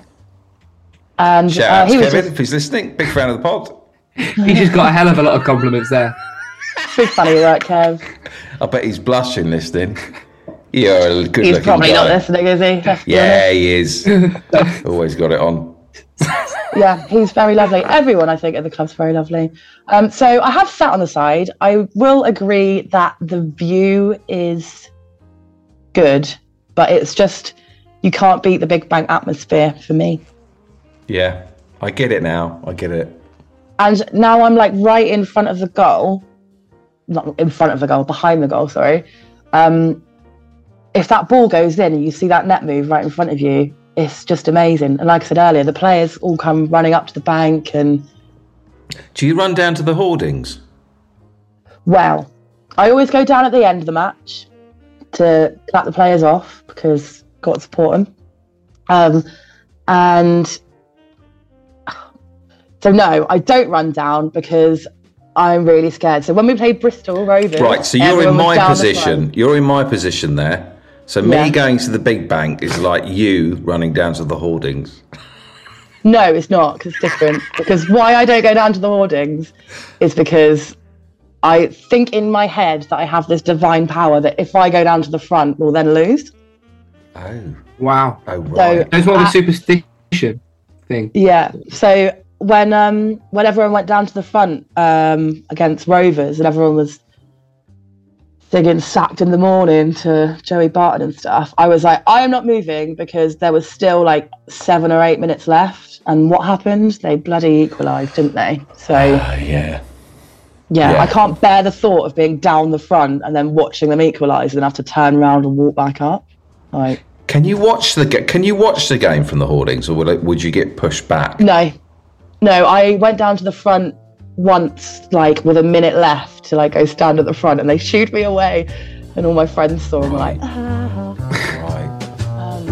And
Shout
uh,
out
he
to
was
Kevin if he's listening. Big fan of the pod.
He just got a hell of a lot of compliments there.
just big fan of your work, Kev.
I bet he's blushing listening. You're a good
He's
looking
probably
guy.
not listening, is he? Let's be honest.
Yeah, he is. Always got it on.
Yeah, he's very lovely. Everyone, I think, at the club's very lovely. Um, so I have sat on the side. I will agree that the view is good, but it's just you can't beat the Big Bang atmosphere for me.
Yeah, I get it now. I get it.
And now I'm like right in front of the goal, not in front of the goal, behind the goal. Sorry. Um, if that ball goes in and you see that net move right in front of you, it's just amazing. And like I said earlier, the players all come running up to the bank and.
Do you run down to the hoardings?
Well, I always go down at the end of the match to clap the players off because got to support them. Um, and so no, I don't run down because I'm really scared. So when we played Bristol Rovers,
Right, so you're
everyone
in
was
my
down the
position.
front.
You're in my position there. So me
Yeah.
going to the big bank is like you running down to the hoardings.
No, it's not because it's different. because why I don't go down to the hoardings is because. I think in my head that I have this divine power that if I go down to the front, we'll then lose.
Oh,
Wow.
oh right.
That's more of a superstition thing.
Uh, Yeah. So when um when everyone went down to the front um against Rovers and everyone was singing sacked in the morning to Joey Barton and stuff, I was like, I am not moving because there was still like seven or eight minutes left. And what happened? They bloody equalised, didn't they? So yeah,
Oh, yeah. yeah.
I can't bear the thought of being down the front and then watching them equalise and have to turn around and walk back up. Like
Can you watch the ga- Can you watch the game from the hoardings, or will it, would you get pushed back?
No, no. I went down to the front once, like with a minute left, to like go stand at the front, and they shooed me away. And all my friends saw me like,
Right.
Oh,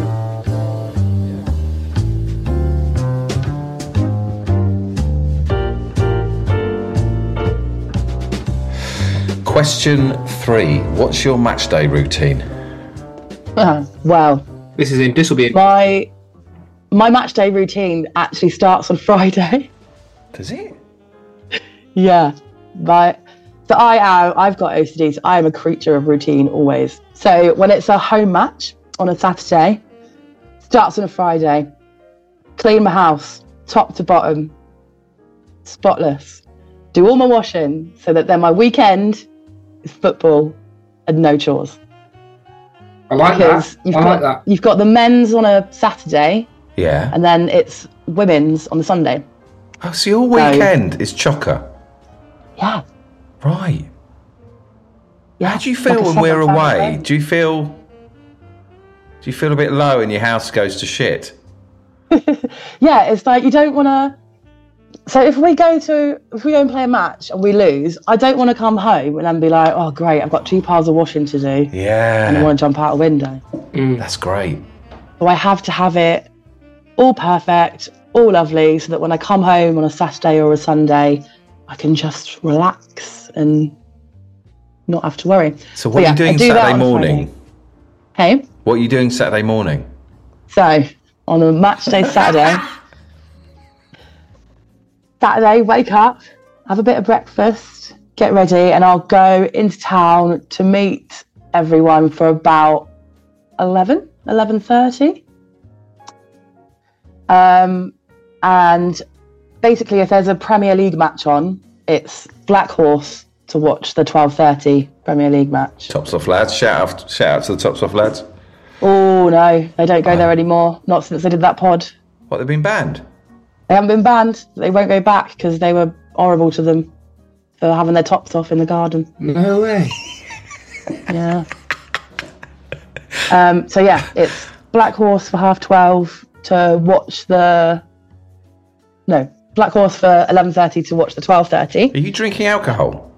Question three: What's your match day routine?
uh-huh. "Well,
This is in. This will be. In.
my my match day routine actually starts on Friday."
Does it?
yeah, but so I am. I've got OCD, so I am a creature of routine always. So when it's a home match on a Saturday, starts on a Friday. Clean my house, top to bottom, spotless. Do all my washing so that then my weekend is football and no chores.
I like that.
because you've
I
got
like that.
you've got the men's on a Saturday
Yeah.
and then it's women's on the Sunday.
Oh, so your weekend is chocker.
Yeah.
Right.
yeah.
How do you feel
Like a
when we're
separate
away?
Saturday.
Do you feel do you feel a bit low and your house goes to shit?
Yeah, it's like you don't want to. So if we go to if we go and play a match and we lose, I don't want to come home and then be like, oh great, I've got two piles of washing to do, and I
Yeah.
want to jump out a window.
That's great.
So I have to have it all perfect, all lovely, so that when I come home on a Saturday or a Sunday, I can just relax and not have to worry.
So what
yeah,
are you doing
I do that
Saturday
on
morning?
Hey,
What are you doing Saturday morning?
so on a match day Saturday, Saturday, wake up, have a bit of breakfast, get ready, and I'll go into town to meet everyone for about 11, 11.30. Um, and basically, if there's a Premier League match on, it's Black Horse to watch the 12.30 Premier League match.
Tops off lads. Shout out shout out to the tops off lads.
Oh, no, they don't go there anymore. Not since they did that pod.
What they've been banned?
They haven't been banned. They won't go back because they were horrible to them for having their tops off in the garden.
No way.
Yeah. um, so yeah, it's Black Horse for half twelve to watch the. No, Black Horse for eleven thirty to watch the twelve thirty.
Are you drinking alcohol?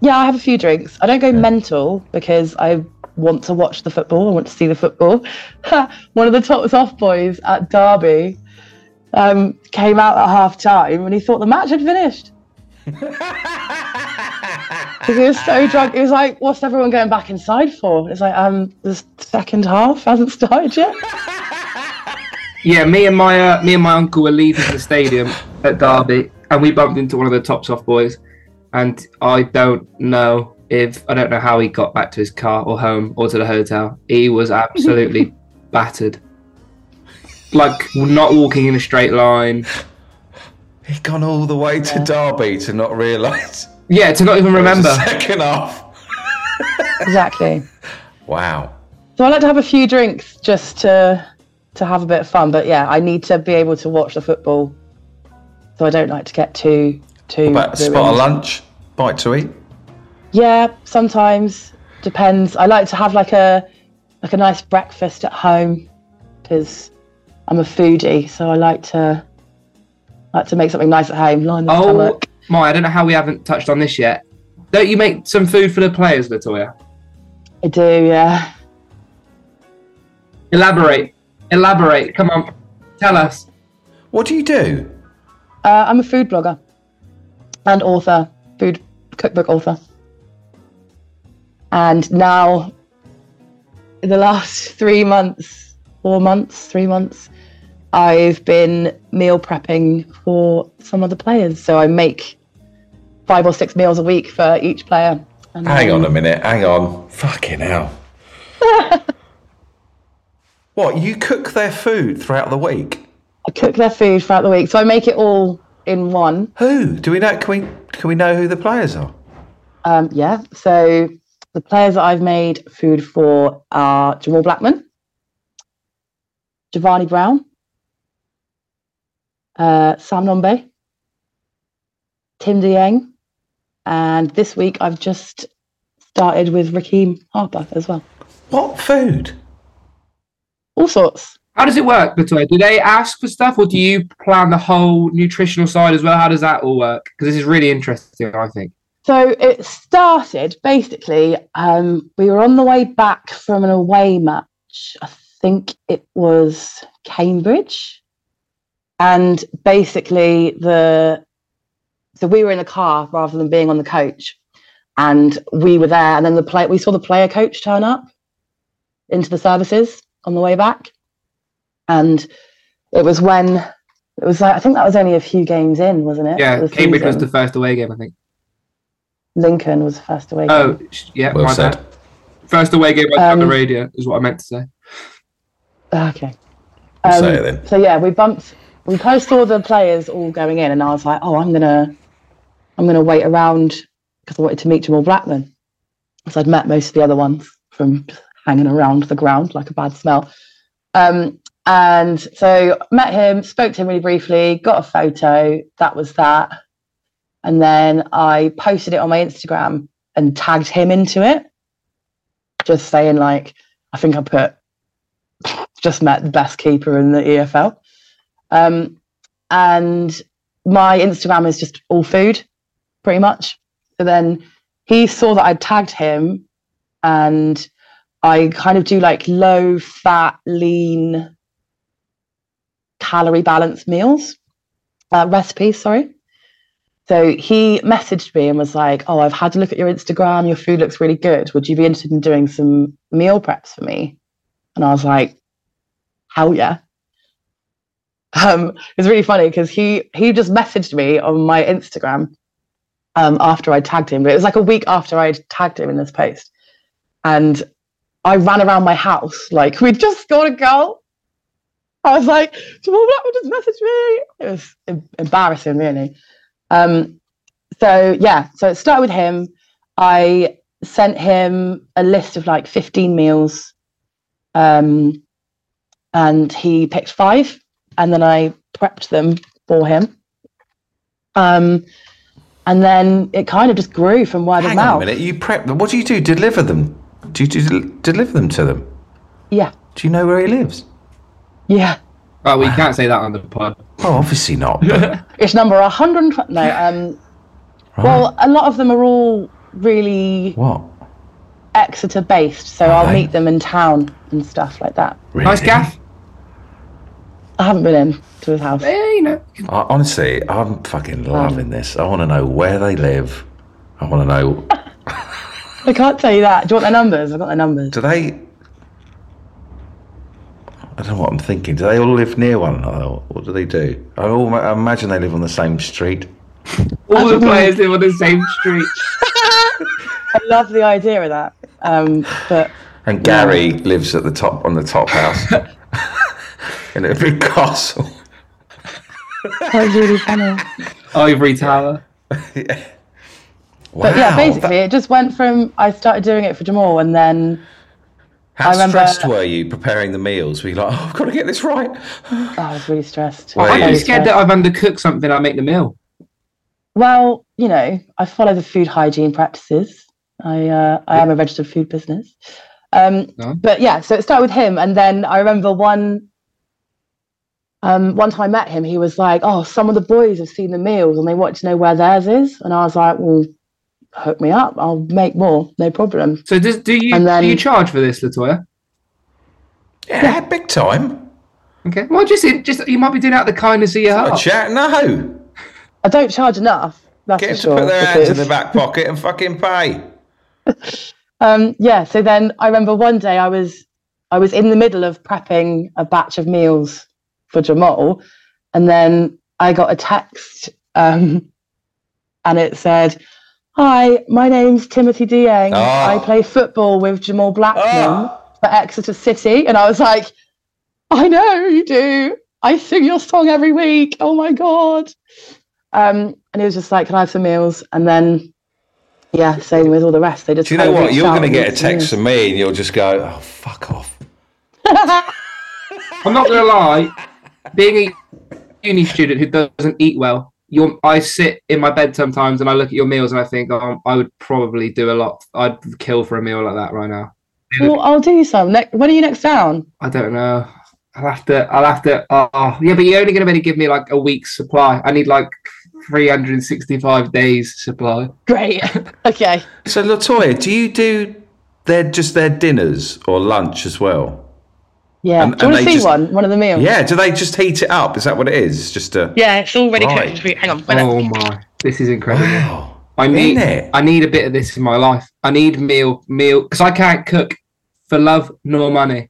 Yeah, I have a few drinks. I don't go mental because I want to watch the football. I want to see the football. One of the tops off boys at Derby um, came out at half time and he thought the match had finished. 'Cause he was so drunk. He was like, What's everyone going back inside for? It's like, um, the second half hasn't started yet.
Yeah, me and my uh, me and my uncle were leaving the stadium at Derby, and we bumped into one of the tops off boys, and I don't know if I don't know how he got back to his car or home or to the hotel. He was absolutely battered, like not walking in a straight line.
He'd gone all the way to Derby to not realise.
Yeah, to not even remember.
Second half.
exactly.
Wow.
So I like to have a few drinks just to to have a bit of fun. But yeah, I need to be able to watch the football. So I don't like to get too too.
But spot a
ruined.
lunch, bite to eat.
Yeah, sometimes depends. I like to have like a like a nice breakfast at home because I'm a foodie, so I like to like to make something nice at home. Line the
Oh
stomach.
my! I don't know how we haven't touched on this yet. Don't you make some food for the players, Latoya?
I do, yeah.
Elaborate, elaborate. Come on, tell us.
What do you do?
Uh, I'm a food blogger and author, food cookbook author. And now, in the last three months, four months, three months, I've been meal prepping for some of the players. So I make five or six meals a week for each player. And
Hang on a minute. Hang on. Fucking hell. what? You cook their food throughout the week?
I cook their food throughout the week. So I make it all in one.
Who? Do we know? Can we? Can we know who the players are?
Um, yeah. So the players that I've made food for are Jamal Blackman, Giovanni Brown, uh, Sam Nombe, Tim Dieng, and this week I've just started with Raheem Harper as well.
What food?
All sorts.
How does it work, Latoya? Do they ask for stuff, or do you plan the whole nutritional side as well? How does that all work? Because this is really interesting, I think.
So it started basically. Um, we were on the way back from an away match. I think it was Cambridge, and basically the so we were in the car rather than being on the coach, and we were there. And then the play we saw the player coach turn up into the services on the way back, and it was when it was like I think that was only a few games in, wasn't it?
Yeah,
The
Cambridge was
season.
the first away game, I think.
Lincoln was the first away. game.
Oh, sh- yeah,
Well
my
said.
bad. First away game I on the
Um,
radio is what I meant to say.
Okay. Um,
We'll say it then.
So yeah, we bumped. We post all the players all going in, and I was like, "Oh, I'm gonna, I'm gonna wait around because I wanted to meet Jamal Blackman, because I'd met most of the other ones from hanging around the ground like a bad smell. Um, and so met him, spoke to him really briefly, got a photo. That was that. And then I posted it on my Instagram and tagged him into it, just saying like, I think I put just met the best keeper in the EFL. Um, and my Instagram is just all food, pretty much. So then he saw that I tagged him, and I kind of do like low fat, lean, calorie balanced meals, uh, recipes, sorry. So he messaged me and was like, Oh, I've had a look at your Instagram. Your food looks really good. Would you be interested in doing some meal preps for me? And I was like, hell yeah. Um, it was really funny because he he just messaged me on my Instagram um, after I tagged him, but it was like a week after I'd tagged him in this post, and I ran around my house like we'd just scored a goal. I was like, "Jamal Blackman just messaged me." It was em- embarrassing, really. Um, so yeah, so it started with him. I sent him a list of like 15 meals. Um, and he picked five and then i prepped them for him um and then it kind of just grew from word of
Hang on a
mouth
minute. You prep them. What do you do? Deliver them? Do you do, deliver them to them?
yeah
Do you know where he lives?
yeah
Oh, we can't say that on the pod.
Oh, obviously not. But,
it's number 120 no um
right.
well a lot of them are all really
what?
exeter based so
Are
i'll
they?
meet them in town and stuff like that
Really?
Nice gaff.
i haven't been in to his house
Yeah, you know.
I, honestly, I'm fucking loving this. I want to know where they live. I want to know.
i can't tell you that do you want their numbers i've got their numbers
Do they? I don't know what I'm thinking. Do they all live near one another? What do they do? I, all, I imagine they live on the same street.
All the players live on the same street.
i love the idea of that um but
And Gary lives at the top on the top house in a big castle.
that's really funny
Ivory Tower.
Wow,
But yeah, basically,
that-
it just went from I started doing it for Jamal, and then
how
I remember-
stressed were you preparing the meals? Were you like, oh, I've got to get this right?
oh, I was really stressed.
Wait.
I'm
Very
just scared that I've undercooked something. I make the meal.
Well, you know, I follow the food hygiene practices. I uh, I am a registered food business. Um,
No.
But yeah, so it started with him, and then I remember one. Um, one time I met him, he was like, "Oh, some of the boys have seen the meals and they want to know where theirs is," and I was like, "Well, hook me up. I'll make more, no problem."
So does do you
And then-
do you charge for this, Latoya?
Yeah, big time.
Okay. Well, just just you might be doing it out of the kindness of your
Oh,
heart.
chat, no.
I don't charge enough. That's
Get
for
them
sure.
to put their hands in
because-
the back pocket and fucking pay.
Um, yeah. So then I remember one day I was I was in the middle of prepping a batch of meals for Jamal, and then I got a text, um, and it said, "Hi, my name's Timothy Dieng.
Ah.
I play football with Jamal Blackman
Ah.
for Exeter City," and I was like, "I know you do. I sing your song every week. Oh my god!" Um, and he was just like, "Can I have some meals?" And then. Yeah, same with all the rest. They just
Do you
kind
know
of
what?
reached
You're
out
going to get a
and wanted to know.
text from me and you'll just go, oh, fuck off.
I'm not gonna lie, being a uni student who doesn't eat well, you I sit in my bed sometimes and I look at your meals and I think, oh, I would probably do a lot. I'd kill for a meal like that right now.
Well, I'll do you some. Ne- when are you next down?
I don't know. I'll have to. I'll have to. Oh, oh. yeah, but you're only gonna be able to give me like a week's supply. I need like 365 days supply.
Great. okay.
So, Latoya, do you do their just their dinners or lunch as well?
Yeah.
And-
do you
and
want
they
to see
just-
one? One of the meals?
Yeah, do they just heat it up? Is that what it is? Just a
Yeah, it's already
Right.
cooked. Hang on. wait a minute.
Oh my, this is incredible.
wow.
I need
Innit?
I need a bit of this in my life. I need meal meal because I can't cook for love nor money.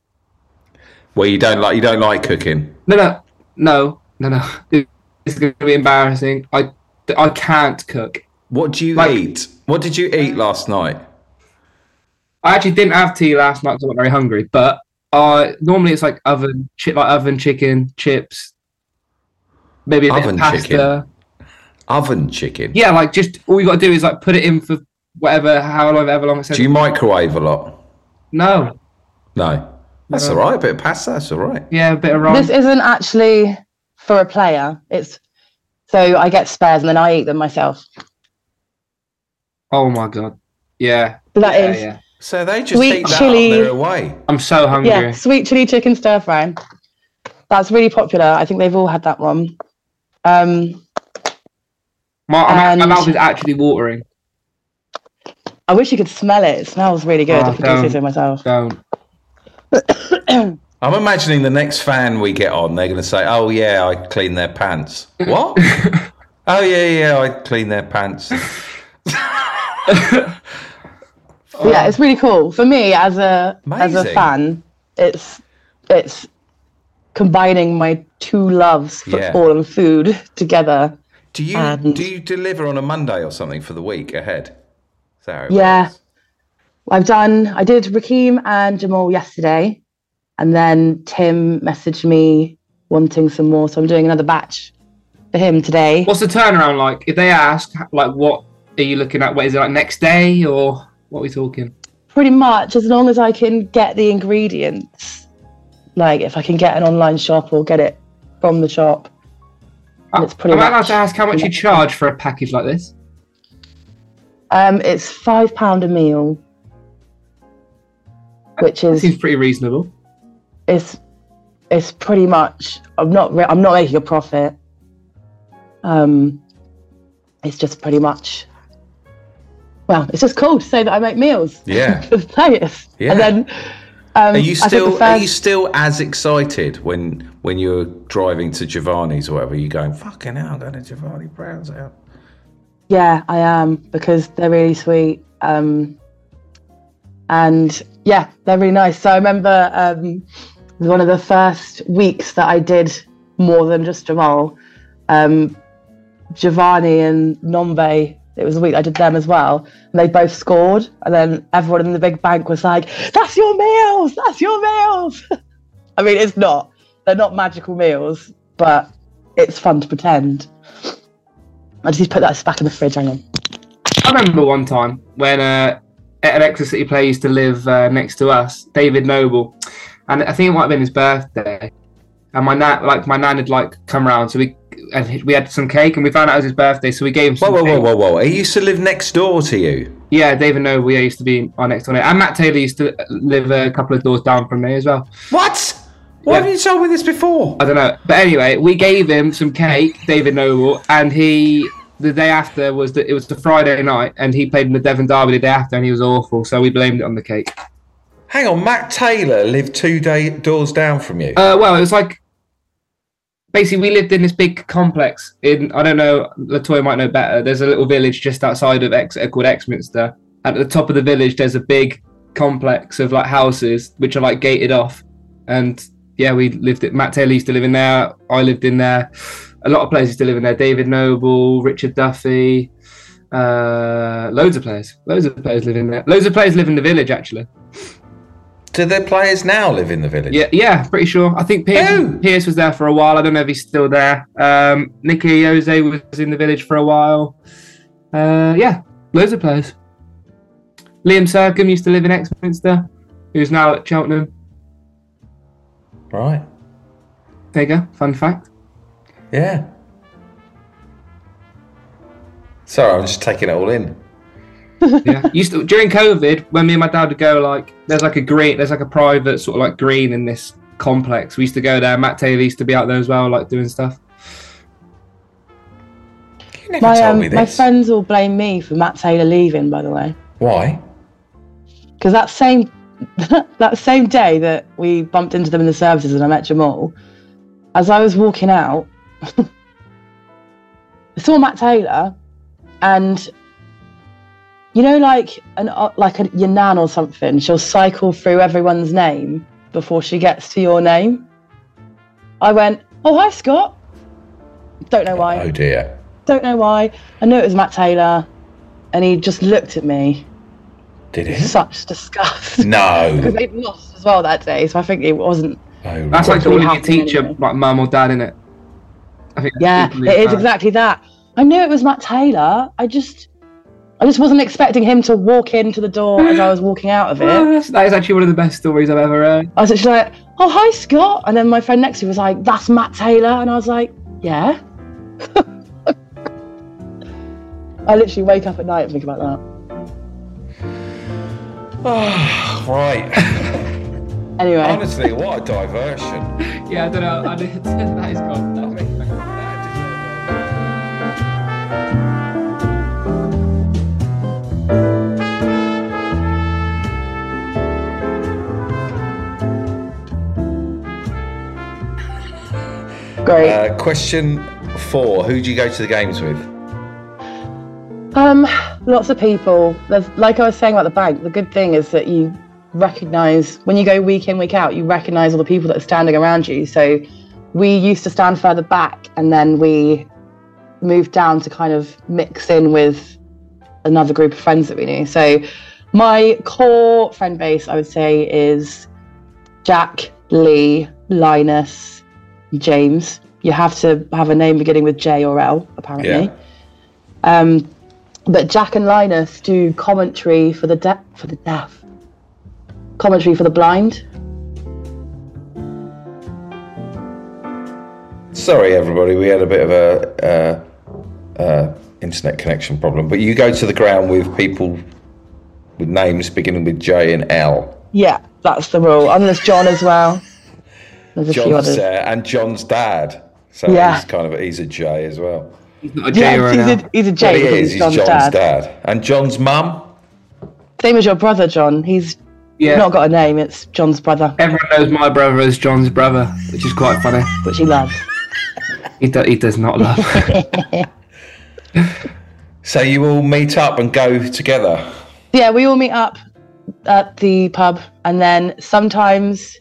Well, you don't like you don't like cooking.
No, no, no, no, no. This is going to be embarrassing. I I can't cook.
What do you
Like-
eat? What did you eat last night?
I actually didn't have tea last night because I wasn't very hungry. But uh, normally it's like oven chip, like oven chicken chips, maybe a bit
Oven
of pasta.
chicken. Oven chicken.
Yeah, like just all you got to do is like put it in for whatever, however long, however long it says.
Do you microwave a lot?
no,
No. That's all right. A bit of pasta. That's all right.
Yeah, a bit of wrong.
This isn't actually for a player. It's so I get spares and then I eat them myself.
oh my god. Yeah.
But that
Yeah,
is
yeah.
So they just
Sweet
eat that
chili.
on their way.
I'm so hungry.
yeah, sweet chili chicken stir fry. That's really popular. I think they've all had that one. Um,
My, my- my
And-
mouth is actually watering.
I wish you could smell it. It smells really good.
Ah,
Oh,
if I do say
don't.
so myself.
Don't.
I'm imagining the next fan we get on, they're going to say, "Oh yeah, I clean their pants." What? oh yeah, yeah, I clean their pants.
yeah, it's really cool for me as a as a
Oh. Amazing.
fan. It's it's combining my two loves,
Yeah.
football and food, together.
Do you
And-
do you deliver on a Monday or something for the week ahead? Is that how it
Yeah.
works?
I've done. I did Rakim and Jamal yesterday, and then Tim messaged me wanting some more, so I'm doing another batch for him today.
What's the turnaround like? If they ask, like, what are you looking at? What is it like next day or what are we talking?
Pretty much as long as I can get the ingredients, like if I can get an online shop or get it from the shop. It's pretty
Uh, Am I allowed
much-
to ask how much you charge for a package like this?
Um, it's five pound a meal, which
That
is
seems pretty reasonable.
it's it's pretty much I'm not re- I'm not making a profit. Um, it's just pretty much. Well, it's just cool to say that I make meals
Yeah.
for the players,
Yeah.
and then um,
Are you
I think
still
the
are
first,
you still as excited when when you're driving to Giovanni's or whatever? You're going, "Fucking hell, I'm going to Giovanni Brown's out."
yeah, I am because they're really sweet, um, and yeah, they're really nice. So I remember um, one of the first weeks that I did more than just Jamal, um, Giovanni and Nombe. It was a week I did them as well. And they both scored, and then everyone in the big bank was like, "That's your meals. That's your meals." I mean, it's not. They're not magical meals, but it's fun to pretend. I just need to put that back in the fridge. Hang on.
I remember one time when uh, an Exeter City player used to live uh, next to us, David Noble, and I think it might have been his birthday. And my nan, like my nan, had like come round, so we and we had some cake, and we found out it was his birthday, so we gave him.
Whoa,
Some
whoa, whoa,
cake.
whoa, whoa! He used to live next door to you.
Yeah, David Noble, yeah, used to be our next door neighbour, and Matt Taylor used to live a couple of doors down from me as well.
What? Why
Yeah.
have you told me this before?
I don't know. But anyway, we gave him some cake, David Noble, and he the day after was that it was the Friday night, and he played in the Devon Derby the day after, and he was awful. So we blamed it on the cake.
Hang on, Matt Taylor lived two day doors down from you.
Uh, well, it was like basically we lived in this big complex. In I don't know, Latoya might know better. There's a little village just outside of Exeter called Exminster. At the top of the village, there's a big complex of like houses which are like gated off, and yeah, we lived it. Matt Taylor used to live in there. I lived in there. A lot of players used to live in there. David Noble, Richard Duffy, uh, loads of players. Loads of players live in there. Loads of players live in the village actually.
Do their players now live in the village?
Yeah, yeah, pretty sure. I think Pierce,
Who?
Pierce was there for a while. I don't know if he's still there. Um, Nicky Jose was in the village for a while. Uh, yeah, loads of players. Liam Sercombe used to live in Exminster, who's now at Cheltenham.
Right.
There you go, fun fact.
Yeah. Sorry, I'm just taking it all in.
Yeah, used to during COVID when me and my dad would go like there's like a green, there's like a private sort of like green in this complex. We used to go there. Matt Taylor used to be out there as well, like doing stuff.
You never
My
told
um,
me
my
this.
friends will blame me for Matt Taylor leaving, by the way,
Why?
because that same that same day that we bumped into them in the services and I met Jamal, as I was walking out, I saw Matt Taylor, and you know, like an uh, like a, your nan or something, she'll cycle through everyone's name before she gets to your name. I went, oh hi Scott. Don't know why
Oh dear.
don't know why. I knew it was Matt Taylor, and he just looked at me
Did
with
it?
such disgust.
No.
Because they'd lost as well that day, so I think it wasn't.
Oh,
That's
right.
like calling your
happening
teacher
anyway.
like mum or dad, in it? I think that's
Yeah,
equally
it is
bad.
exactly that. I knew it was Matt Taylor. I just I just wasn't expecting him to walk into the door as I was walking out of
Oh,
it.
that's, that is actually one of the best stories I've ever heard.
I was actually like, "Oh, hi, Scott," and then my friend next to me was like, "That's Matt Taylor," and I was like, "Yeah." I literally wake up at night and think about that.
Right.
Anyway,
Honestly, what a diversion.
Yeah, I don't know. I, that is gone.
I mean, that is-
great.
Uh, question four Who do you go to the games with?
Um, lots of people. There's, like I was saying about the bank, the good thing is that you recognise when you go week in, week out, you recognise all the people that are standing around you. So we used to stand further back and then we moved down to kind of mix in with another group of friends that we knew. So my core friend base, I would say, is Jack, Lee, Linus, James. You have to have a name beginning with J or L, apparently.
Yeah.
Um, but Jack and Linus do commentary for the deaf, for the deaf, commentary for the blind.
Sorry, everybody, we had a bit of a uh, uh, internet connection problem. But you go to the ground with people with names beginning with J and L.
Yeah, that's the rule. And there's John as well. There's a few
John's
others.
there, and John's dad. So
Yeah.
he's kind of he's a J as well.
He's not a J or an
yeah, he's
L.
a, he's a
But
J.
he
because
is.
he's
He's
John's, dad.
and John's mum.
Same as your brother, John. He's
Yeah.
not got a name. It's John's brother,
Everyone knows my brother is John's brother, which is quite funny.
which he loves.
He, do, he does not love.
So you all meet up and go together.
yeah, we all meet up at the pub, and then sometimes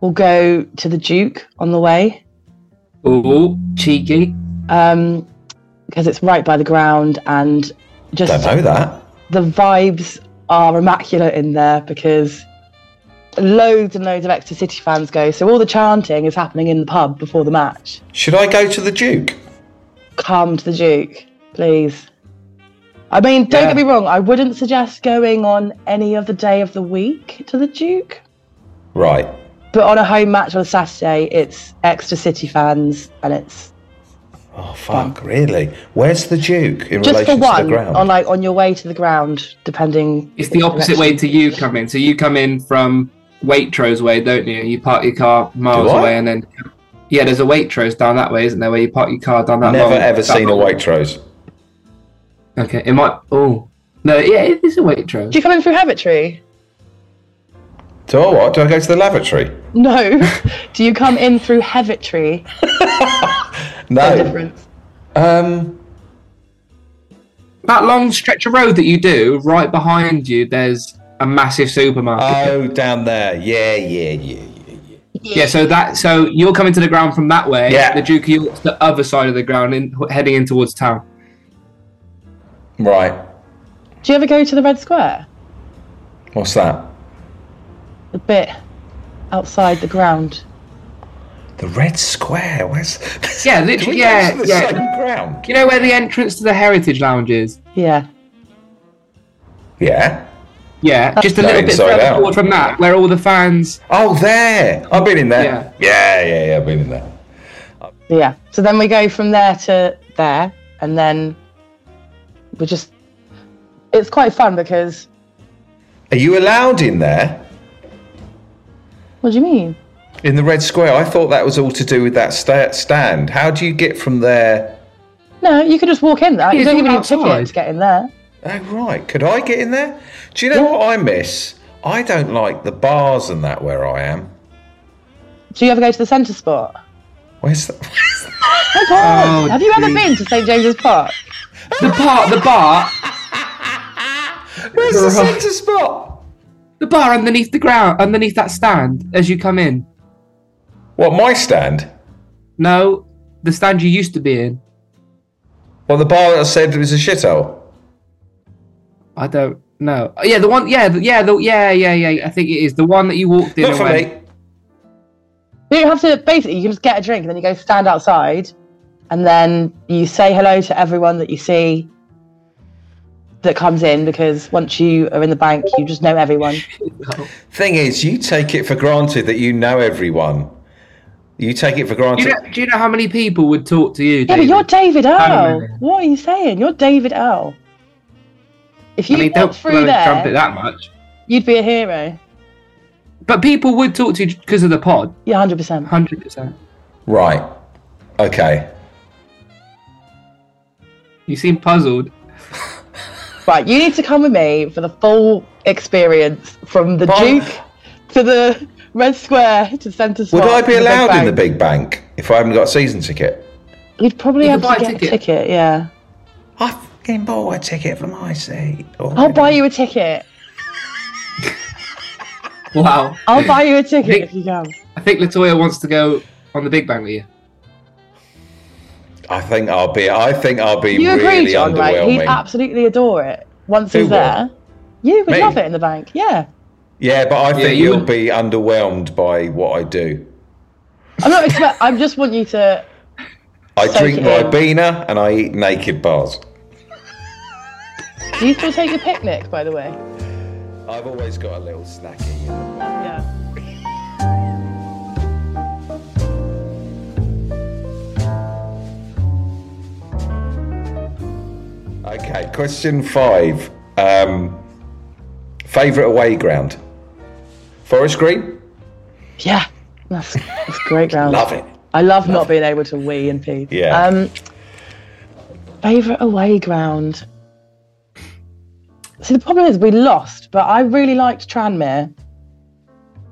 we'll go to the Duke on the way.
Ooh, cheeky.
um because it's right by the ground and
Don't
just
know that.
the vibes are immaculate in there because loads and loads of extra city fans go so all the chanting is happening in the pub before the match
Should I go to the Duke?
come to the duke please i mean don't
Yeah.
get me wrong i wouldn't suggest going on any other day of the week to the duke
Right.
but on a home match on a saturday it's extra city fans and it's
Oh fuck! Really? Where's the Duke in
just for
relation to the
one
ground?
on like on your way to the ground depending
It's the opposite way to you come in. So you come in from Waitrose way, don't you? You park your car miles
Do I?
away and then. Yeah, there's a Waitrose down that way, isn't there? Where you park your car down that
Never
long-
ever
that
seen a
long-
Waitrose.
Okay, it might. Oh. No, yeah, it is a Waitrose.
Do you come in through Habitry?
Do I what? Do I go to the lavatory?
No. Do you come in through Heavitry?
No.
Difference.
Um.
That long stretch of road that you do, right behind you, there's a massive supermarket.
Oh, down there. Yeah, yeah, yeah, yeah.
yeah, so that so you're coming to the ground from that way.
Yeah.
The Duke York's the other side of the ground, in, heading in towards town.
Right.
Do you ever go to the Red Square?
What's that?
The bit outside the ground.
The Red Square. Where's?
Yeah,
Did
literally.
we
Yeah,
go to the
yeah.
same ground.
You know where the entrance to the Heritage Lounge is?
Yeah.
Yeah.
Yeah, just a
No,
little bit
inside
further
out.
forward from that, where all the fans.
Oh, there. I've been in there. Yeah, yeah, yeah. I've been in there.
Yeah. So then we go from there to there and then we just it's quite fun because
Are you allowed in there?
what do you mean?
In the Red Square, I thought that was all to do with that sta- stand. How do you get from there?
No, you can just walk in there.
Yeah,
you don't
it's
even
all
need a ticket
outside.
to get in there.
Oh, right. Could I get in there? Do you know what I miss? I don't like the bars and that where I am.
Do you ever go to the centre sport?
Where's that?
Oh, God.
Oh,
Have you ever
geez.
been to St James's Park?
The bar, the bar,
Where's the
Right.
centre spot?
the bar underneath the ground, underneath that stand as you come in.
What, my stand?
No, the stand you used to be in.
Well, the bar that I said was a shithole.
I don't know. Oh, Yeah, the one. Yeah, the, yeah, the, yeah, yeah, yeah. I think it is the one that you walked in.
Not
and
for
went-
me.
You have to basically you can just get a drink and then you go stand outside and then you say hello to everyone that you see. that comes in because once you are in the bank, you just know everyone.
Thing is, you take it for granted that you know everyone. You take it for
Do
granted.
you, know, do you know how many people would talk to you?
Yeah, but
David?
you're David
Hang
Earl.
on a minute.
What are you saying? You're David Earl. If you
I mean,
walked
don't blow
through
and trump it
there,
that much.
you'd be a hero.
But people would talk to you because of the pod,
Yeah, hundred percent.
hundred percent.
Right. Okay.
You seem puzzled.
Right, you need to come with me for the full experience from the
But-
Duke to the Red Square to Centre Square.
Would I
to
be
the Big
allowed in
Bang.
the Big Bank if I haven't got a season ticket?
You'd probably
You
have
could buy a
to get a
ticket.
ticket. Yeah,
I fucking bought a ticket from IC.
I'll buy you a ticket.
Wow.
I'll buy you a ticket
Nick-
if you come.
I think Latoya wants to go on the Big Bang with you.
I think I'll be. I think I'll be
You
really
agree, John? Right?
underwhelming.
He'd absolutely adore it once
Who
he's
will?
there. You would
Me?
love it in the bank. Yeah,
yeah, but I think
you
you will
wouldn't-
be underwhelmed by what I do.
I'm not expect. I just want you to.
I
Soak
drink
it in.
Ribena and I eat naked bars.
Do you still take a picnic, by the way?
I've always got a little snacky.
Yeah.
Okay, question five. Um, favorite away ground? Forest Green.
Yeah, that's, that's great ground.
Love it.
I love not being able to wee and pee.
Yeah.
Um, favorite away ground. See, the problem is we lost, but I really liked Tranmere.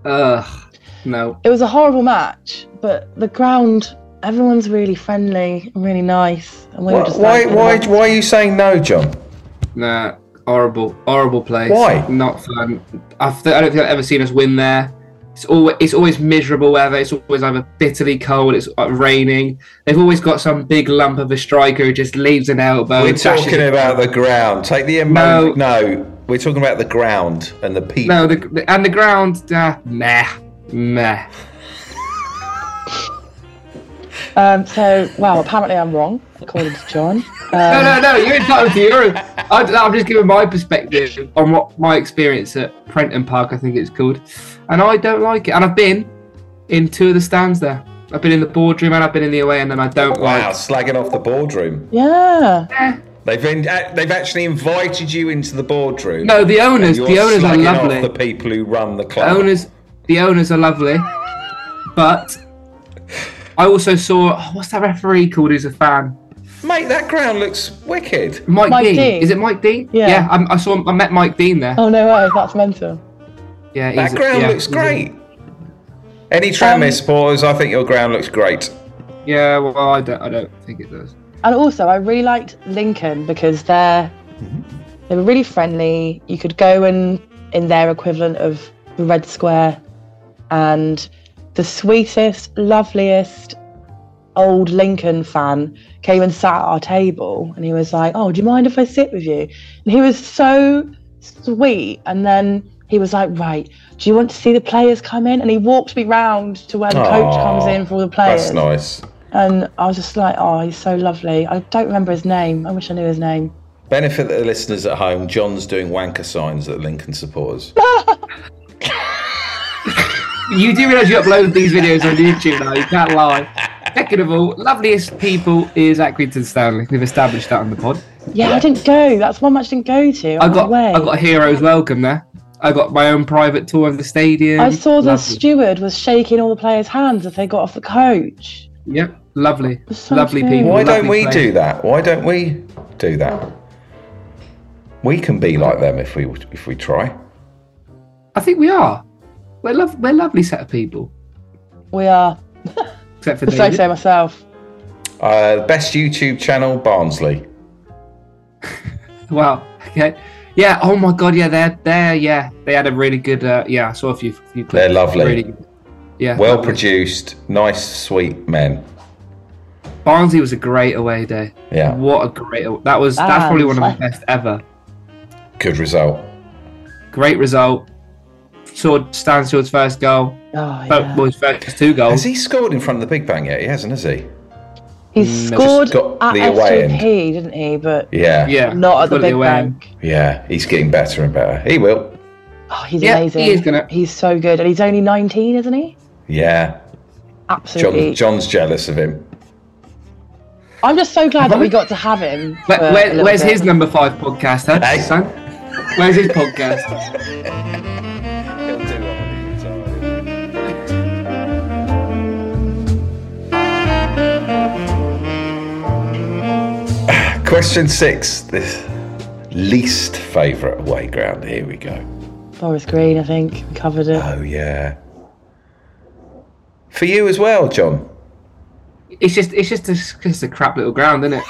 Ugh. No.
It was a horrible match, but the ground, everyone's really friendly and really nice. And we were
Why?
just
Why,
like, you
why?
know,
why are you saying no, John?
Nah. Horrible. Horrible place.
Why?
Not fun. I've, I don't think I've ever seen us win there. It's always, it's always miserable weather. It's always either bitterly cold. It's uh, raining. They've always got some big lump of a striker who just leaves an elbow.
We're
and dashes
talking
it.
about the ground. Take the
No.
emo- no. we're talking about the ground and the people.
No, the, the- and the ground. Uh, nah. Nah.
Um, so, wow, apparently I'm wrong, according to John.
No,
Um,
no, no. You're entitled to your own. I, I'm just giving my perspective on what my experience at Prenton Park, I think it's called, and I don't like it. And I've been in two of the stands there. I've been in the boardroom and I've been in the away, end, and I don't
Wow,
like.
slagging off the boardroom.
yeah.
They've in, uh, they've actually invited you into the boardroom.
No, the owners.
You're
The owners are
slagging off
lovely.
the people who run the
The
club.
owners, the owners are lovely, but I also saw oh, what's that referee called? Who's a fan?
Mate, that ground looks wicked.
Mike,
Mike
Dean.
Dean.
Is it Mike Dean?
Yeah.
Yeah. I'm- I, saw. I met Mike Dean there.
Oh, no way, that's mental.
yeah. he's
That
a-
ground
yeah,
looks
he's a-
great. Any Tranmere supporters, I think your ground looks great.
Yeah. Well, I don't. I don't think it does.
And also, I really liked Lincoln because they're
Mm-hmm.
they were really friendly. You could go and in their equivalent of the Red Square, and the sweetest, loveliest old Lincoln fan came and sat at our table, and he was like, "Oh, do you mind if I sit with you?" And he was so sweet. And then he was like, "Right, do you want to see the players come in?" And he walked me round to where the coach comes
Aw,
in for all the players.
That's nice.
And I was just like, oh, he's so lovely. I don't remember his name. I wish I knew his name.
Benefit the listeners at home, John's doing wanker signs at Lincoln supporters.
You do realise you upload these videos on YouTube now, you can't lie. Second of all, loveliest people is at Quinton Stanley. We've established that on the pod.
Yeah, I didn't go. That's one match I didn't go to.
I
I'm
got
away.
I got a hero's welcome there. I got my own private tour of the stadium.
I saw the
Lovely.
steward was shaking all the players' hands as they got off the coach.
Yep, lovely,
so
lovely
cute.
people.
Why
lovely
don't we
place.
do that? Why don't we do that? We can be like them if we if we try.
I think we are. We're lov- we're a lovely set of people,
We are.
except for
I say
David.
so myself.
Uh, best YouTube channel, Barnsley.
Wow. Okay. Yeah. Oh my God. Yeah. They're they're yeah. They had a really good. Uh, yeah. I saw a few few clips.
They're lovely.
Really good. Yeah.
Well
lovely.
produced, nice, sweet men.
Barnsley was a great away day.
Yeah.
What a great that was. That's probably one of my
Barnsley.
best ever.
Good result.
Great result. Saw Stansfield's first goal.
Oh,
Both
yeah.
boys' first two
Has
goals.
he scored in front of the Big Bang yet? He hasn't, has he?
Mm,
He scored
got
at
the away
SJP, didn't he? But
Yeah.
Yeah,
not at the
Got
Big
away.
Bank.
Yeah. He's getting better and better. He will.
Oh, he's
Yeah,
amazing.
he is gonna-
He's so good, and he's only 19, isn't he?
Yeah.
Absolutely.
John, John's jealous of him.
I'm just so glad that we got to have him.
Where,
for a
where,
little
where's
bit.
his number five podcast, huh,
Hey.
son? Where's his podcast?
Question six. This least favourite away ground. Here we go.
Forest Green, I think. We covered it.
Oh yeah. For you as well, John.
It's just it's just a, it's just a crap little ground, isn't it?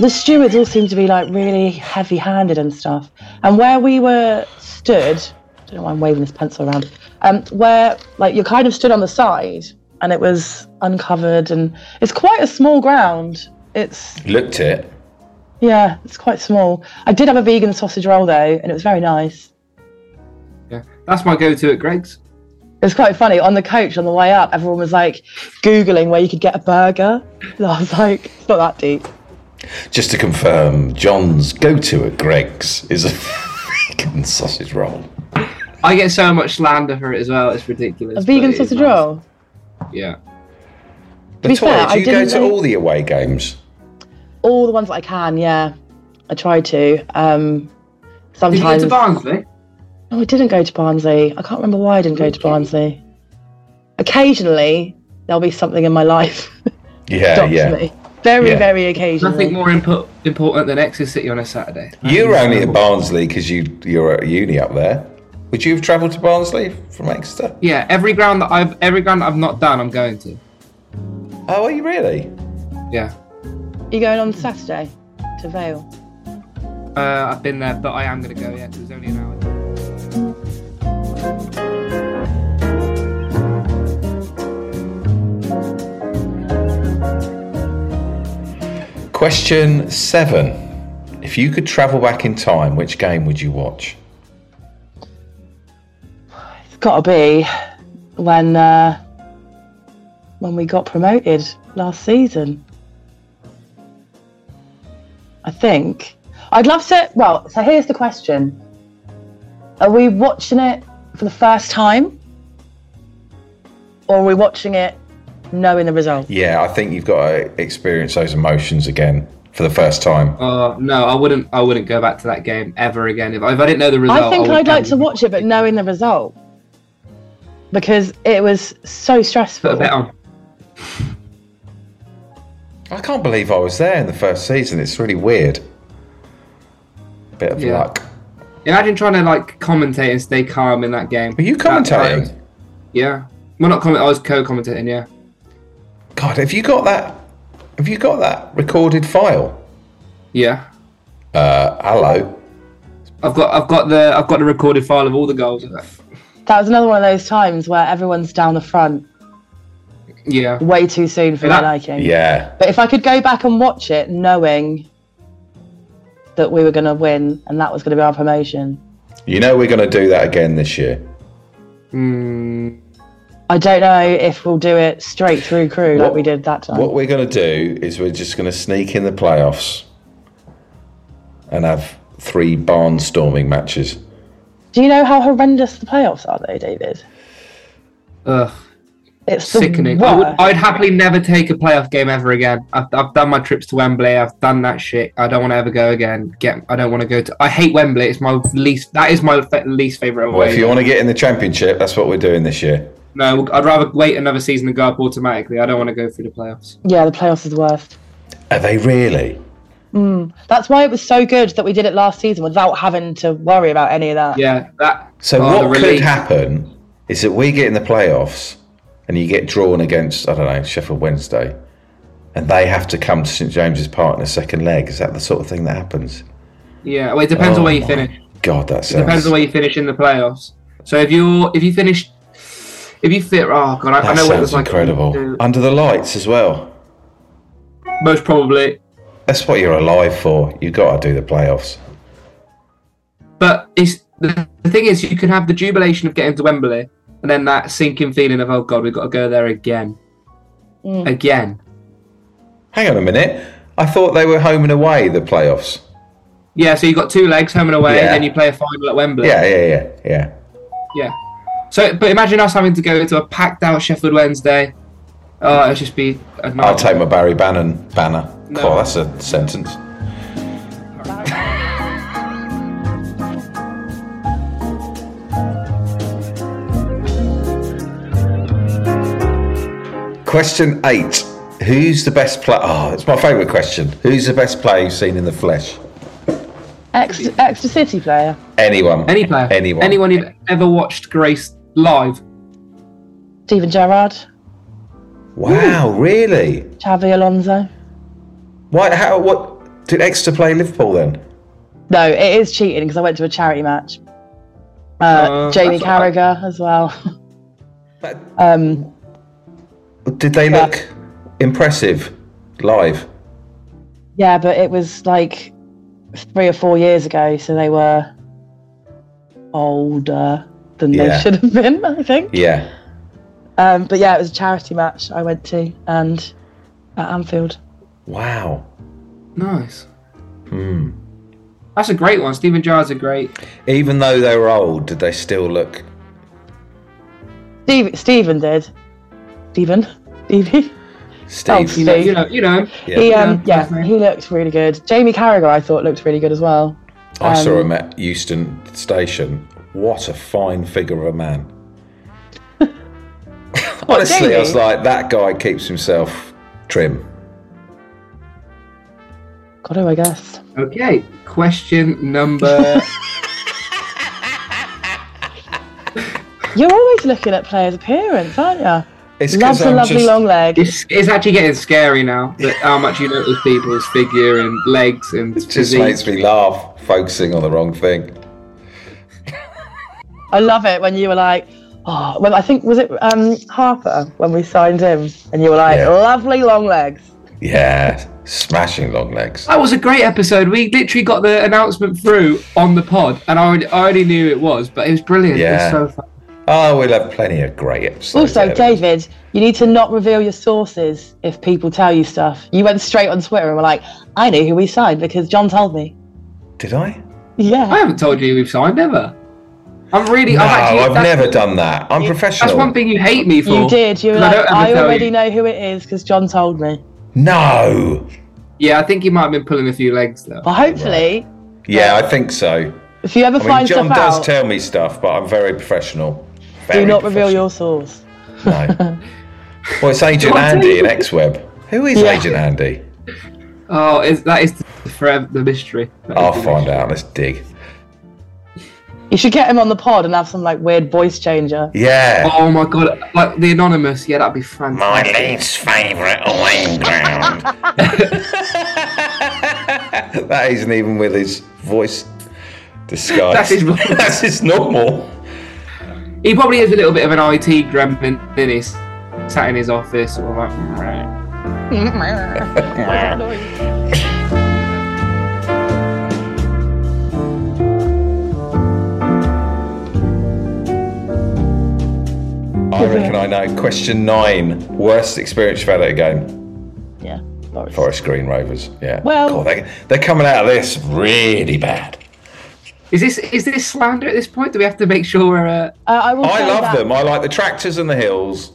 The stewards all seem to be like really heavy handed and stuff. And where we were stood, I don't know why I'm waving this pencil around, um, where like you're kind of stood on the side and it was uncovered and it's quite a small ground. It's,
Looked it.
yeah, it's quite small. I did have a vegan sausage roll though and it was very nice.
Yeah, that's my go-to at Greg's.
It was quite funny. On the coach on the way up, everyone was like Googling where you could get a burger. And I was like, it's not that deep.
Just to confirm, John's go-to at Greg's is a vegan sausage roll.
I get so much slander for it as well. It's ridiculous.
A
but
vegan
it is
sausage
nice.
roll.
Yeah.
The
be
toy,
fair,
do
I
you go
didn't
to
know-
all the away games?
all the ones that I can. Yeah, I try to.
Did
Um,
you go
sometimes.
to Barnsley?
no, I didn't go to Barnsley. I can't remember why I didn't go to Barnsley. Occasionally, there'll be something in my life
Uh, Yeah,
stops
yeah.
me. Very,
Yeah.
very occasionally.
Nothing more impo- important than Exeter City on a Saturday.
You were only at Barnsley because you you're at uni up there. Would you have travelled to Barnsley from Exeter?
Yeah, every ground that I've every ground that I've not done, I'm going to.
Oh, are you really?
Yeah,
You going on Saturday to Vale?
uh, I've been there, but I am going to go. Yeah, 'cause it's only an hour.
Question seven: If you could travel back in time, which game would you watch?
It's got to be when uh, when we got promoted last season. I think I'd love to. Well, so here's the question: Are we watching it for the first time, or are we watching it knowing the result?
Yeah, I think you've got to experience those emotions again for the first time.
Uh, no, I wouldn't. I wouldn't go back to that game ever again. If, I- if I didn't know the result,
I think
would
I'd like to
definitely
watch it, but knowing the result, because it was so
Put a
stressful.
bet on.
I can't believe I was there in the first season. It's really weird. Bit of
Yeah.
luck.
Imagine trying to like commentate and stay calm in that game.
Were you
That tired.
commentating?
Yeah. Well, not comment. I was co-commentating. Yeah.
God, have you got that? Have you got that recorded file?
Yeah.
Uh, hello.
I've got. I've got the. I've got the recorded file of all the goals.
That was another one of those times where everyone's down the front
Yeah.
way too soon for my
That-
liking.
Yeah,
But if I could go back and watch it knowing that we were going to win and that was going to be our promotion,
you know we're going to do that again this year.
Mm,
I don't know if we'll do it straight through crew like
What-
we did that time.
What we're going to do is we're just going to sneak in the playoffs and have three barnstorming matches.
Do you know how horrendous the playoffs are, though, David?
ugh.
It's the
Sickening. I would,
Worst.
I'd happily never take a playoff game ever again. I've, I've done my trips to Wembley. I've done that shit. I don't want to ever go again. Get. I don't want to go to. I hate Wembley. It's my least. That is my fa- least favorite away.
Well, if you want to get in the championship, that's what we're doing this year.
no, I'd rather wait another season and go up automatically. I don't want to go through the playoffs.
Yeah, the playoffs is the worst.
Are they really?
That's why it was so good that we did it last season without having to worry about any of that.
Yeah. That.
So
oh, the
what could
relief.
happen is that we get in the playoffs and you get drawn against I don't know Sheffield Wednesday, and they have to come to St James's Park in the second leg. Is that the sort of thing that happens?
Yeah. Well, it depends
Oh
on where you
my
finish.
God, that sounds.
Depends on where you finish in the playoffs. So if you if you finish if you fit oh god, I, I
that
know what it
sounds
was like.
incredible. Under the lights as well.
Most probably.
That's what you're alive for. You've got to do the playoffs.
But it's the, the thing is you can have the jubilation of getting to Wembley and then that sinking feeling of oh god, we've got to go there again. Again.
Hang on a minute. I thought they were home and away, the playoffs.
Yeah, so you've got two legs home and away,
Yeah.
then you play a final at Wembley.
Yeah, yeah, yeah, yeah.
Yeah. So, but imagine us having to go to a packed out Sheffield Wednesday. Oh, it'd just be. a
I'll
nightmare.
take my Barry Bannon banner.
No.
God, that's a sentence. Question eight. Who's the best player? Oh, it's my favourite question. Who's the best player you've seen in the flesh?
Ex- Extra City player.
Anyone.
Any player.
Anyone.
Anyone you've ever watched Grace live.
Steven Gerrard,
Wow, really?
Xavi Alonso.
Why? How? What? Did Exeter play Liverpool then?
No, it is cheating because I went to a charity match. Uh,
Oh,
Uh,
Jamie
that's all right.
Carragher as well.
That-
um,
Did they
Yeah.
look impressive live?
yeah, but it was like three or four years ago, so they were older than
Yeah.
they should have been, I think.
Yeah.
Um, but yeah, it was a charity match I went to and at Anfield.
Wow.
Nice.
Hmm.
That's a great one. Stephen Gerrard's a great.
Even though they were old, did they still look?
Steve, Stephen did. Stephen? Stevie? Oh,
Steve.
You know, you know, you know.
yeah.
He, um,
Yeah.
yeah, he looked really good. Jamie Carragher, I thought, looked really good as well.
I saw
um,
him at Euston Station. What a fine figure of a man. Honestly, I was
Jamie?
like, that guy keeps himself trim.
God, oh who I guess.
Okay. Question number.
You're always looking at players' appearance, aren't you?
It's
Loves
'cause
a
I'm
lovely
just-
long leg.
it's, it's actually getting scary now. That how much you notice people's figure and legs and
It just
physique.
makes me laugh, focusing on the wrong thing.
I love it when you were like, oh, well, I think, was it um, Harper when we signed him? And you were like,
Yeah.
lovely long legs.
Yeah, smashing long legs.
That was a great episode. We literally got the announcement through on the pod, and I already, I already knew it was, but it was brilliant.
Yeah.
It was so fun.
Oh, we'll have plenty of great episodes.
also,
ahead of us.
David, you need to not reveal your sources if people tell you stuff. You went straight on Twitter and were like, I knew who we signed because John told me.
Did I?
I
Yeah.
haven't told you we've signed ever. I'm really.
No,
I'm
I've,
actually, that's-
never done that. I'm professional.
That's one thing you hate me for.
You did. You were
'cause
like,
don't ever
I
tell
already
you."
know who it is because John told me.
No.
Yeah, I think he might have been pulling a few legs though.
But hopefully,
Yeah, I think so.
if you ever
I mean,
find
John
stuff
does
out,
tell me stuff, but I'm very professional. Very
do not reveal
professional.
your source.
No. well, it's Agent
Don't
Andy in
do-
XWeb. Who is
Yeah.
Agent Andy?
Oh, is, that is the, forever the mystery. That is
I'll
the
find
mystery.
out. Let's dig.
You should get him on the pod and have some like weird voice changer.
Yeah.
Oh my god, like the anonymous. Yeah, that'd be
My
fantastic.
least favourite away ground. that isn't even with his voice disguise.
That's his voice.
That's his normal.
He probably is a little bit of an IT gremlin in his sat in his office or like. "Meh."
I reckon I know. Question nine. Worst experience you've had at a game?
Yeah. Boris.
Forest Green Rovers. Yeah.
Well-
God, they, they're coming out of this really bad.
Is this is this slander at this point? Do we have to make sure we're uh,
Uh, I will
Oh, I
say
love
that
them. I like the tractors and the hills.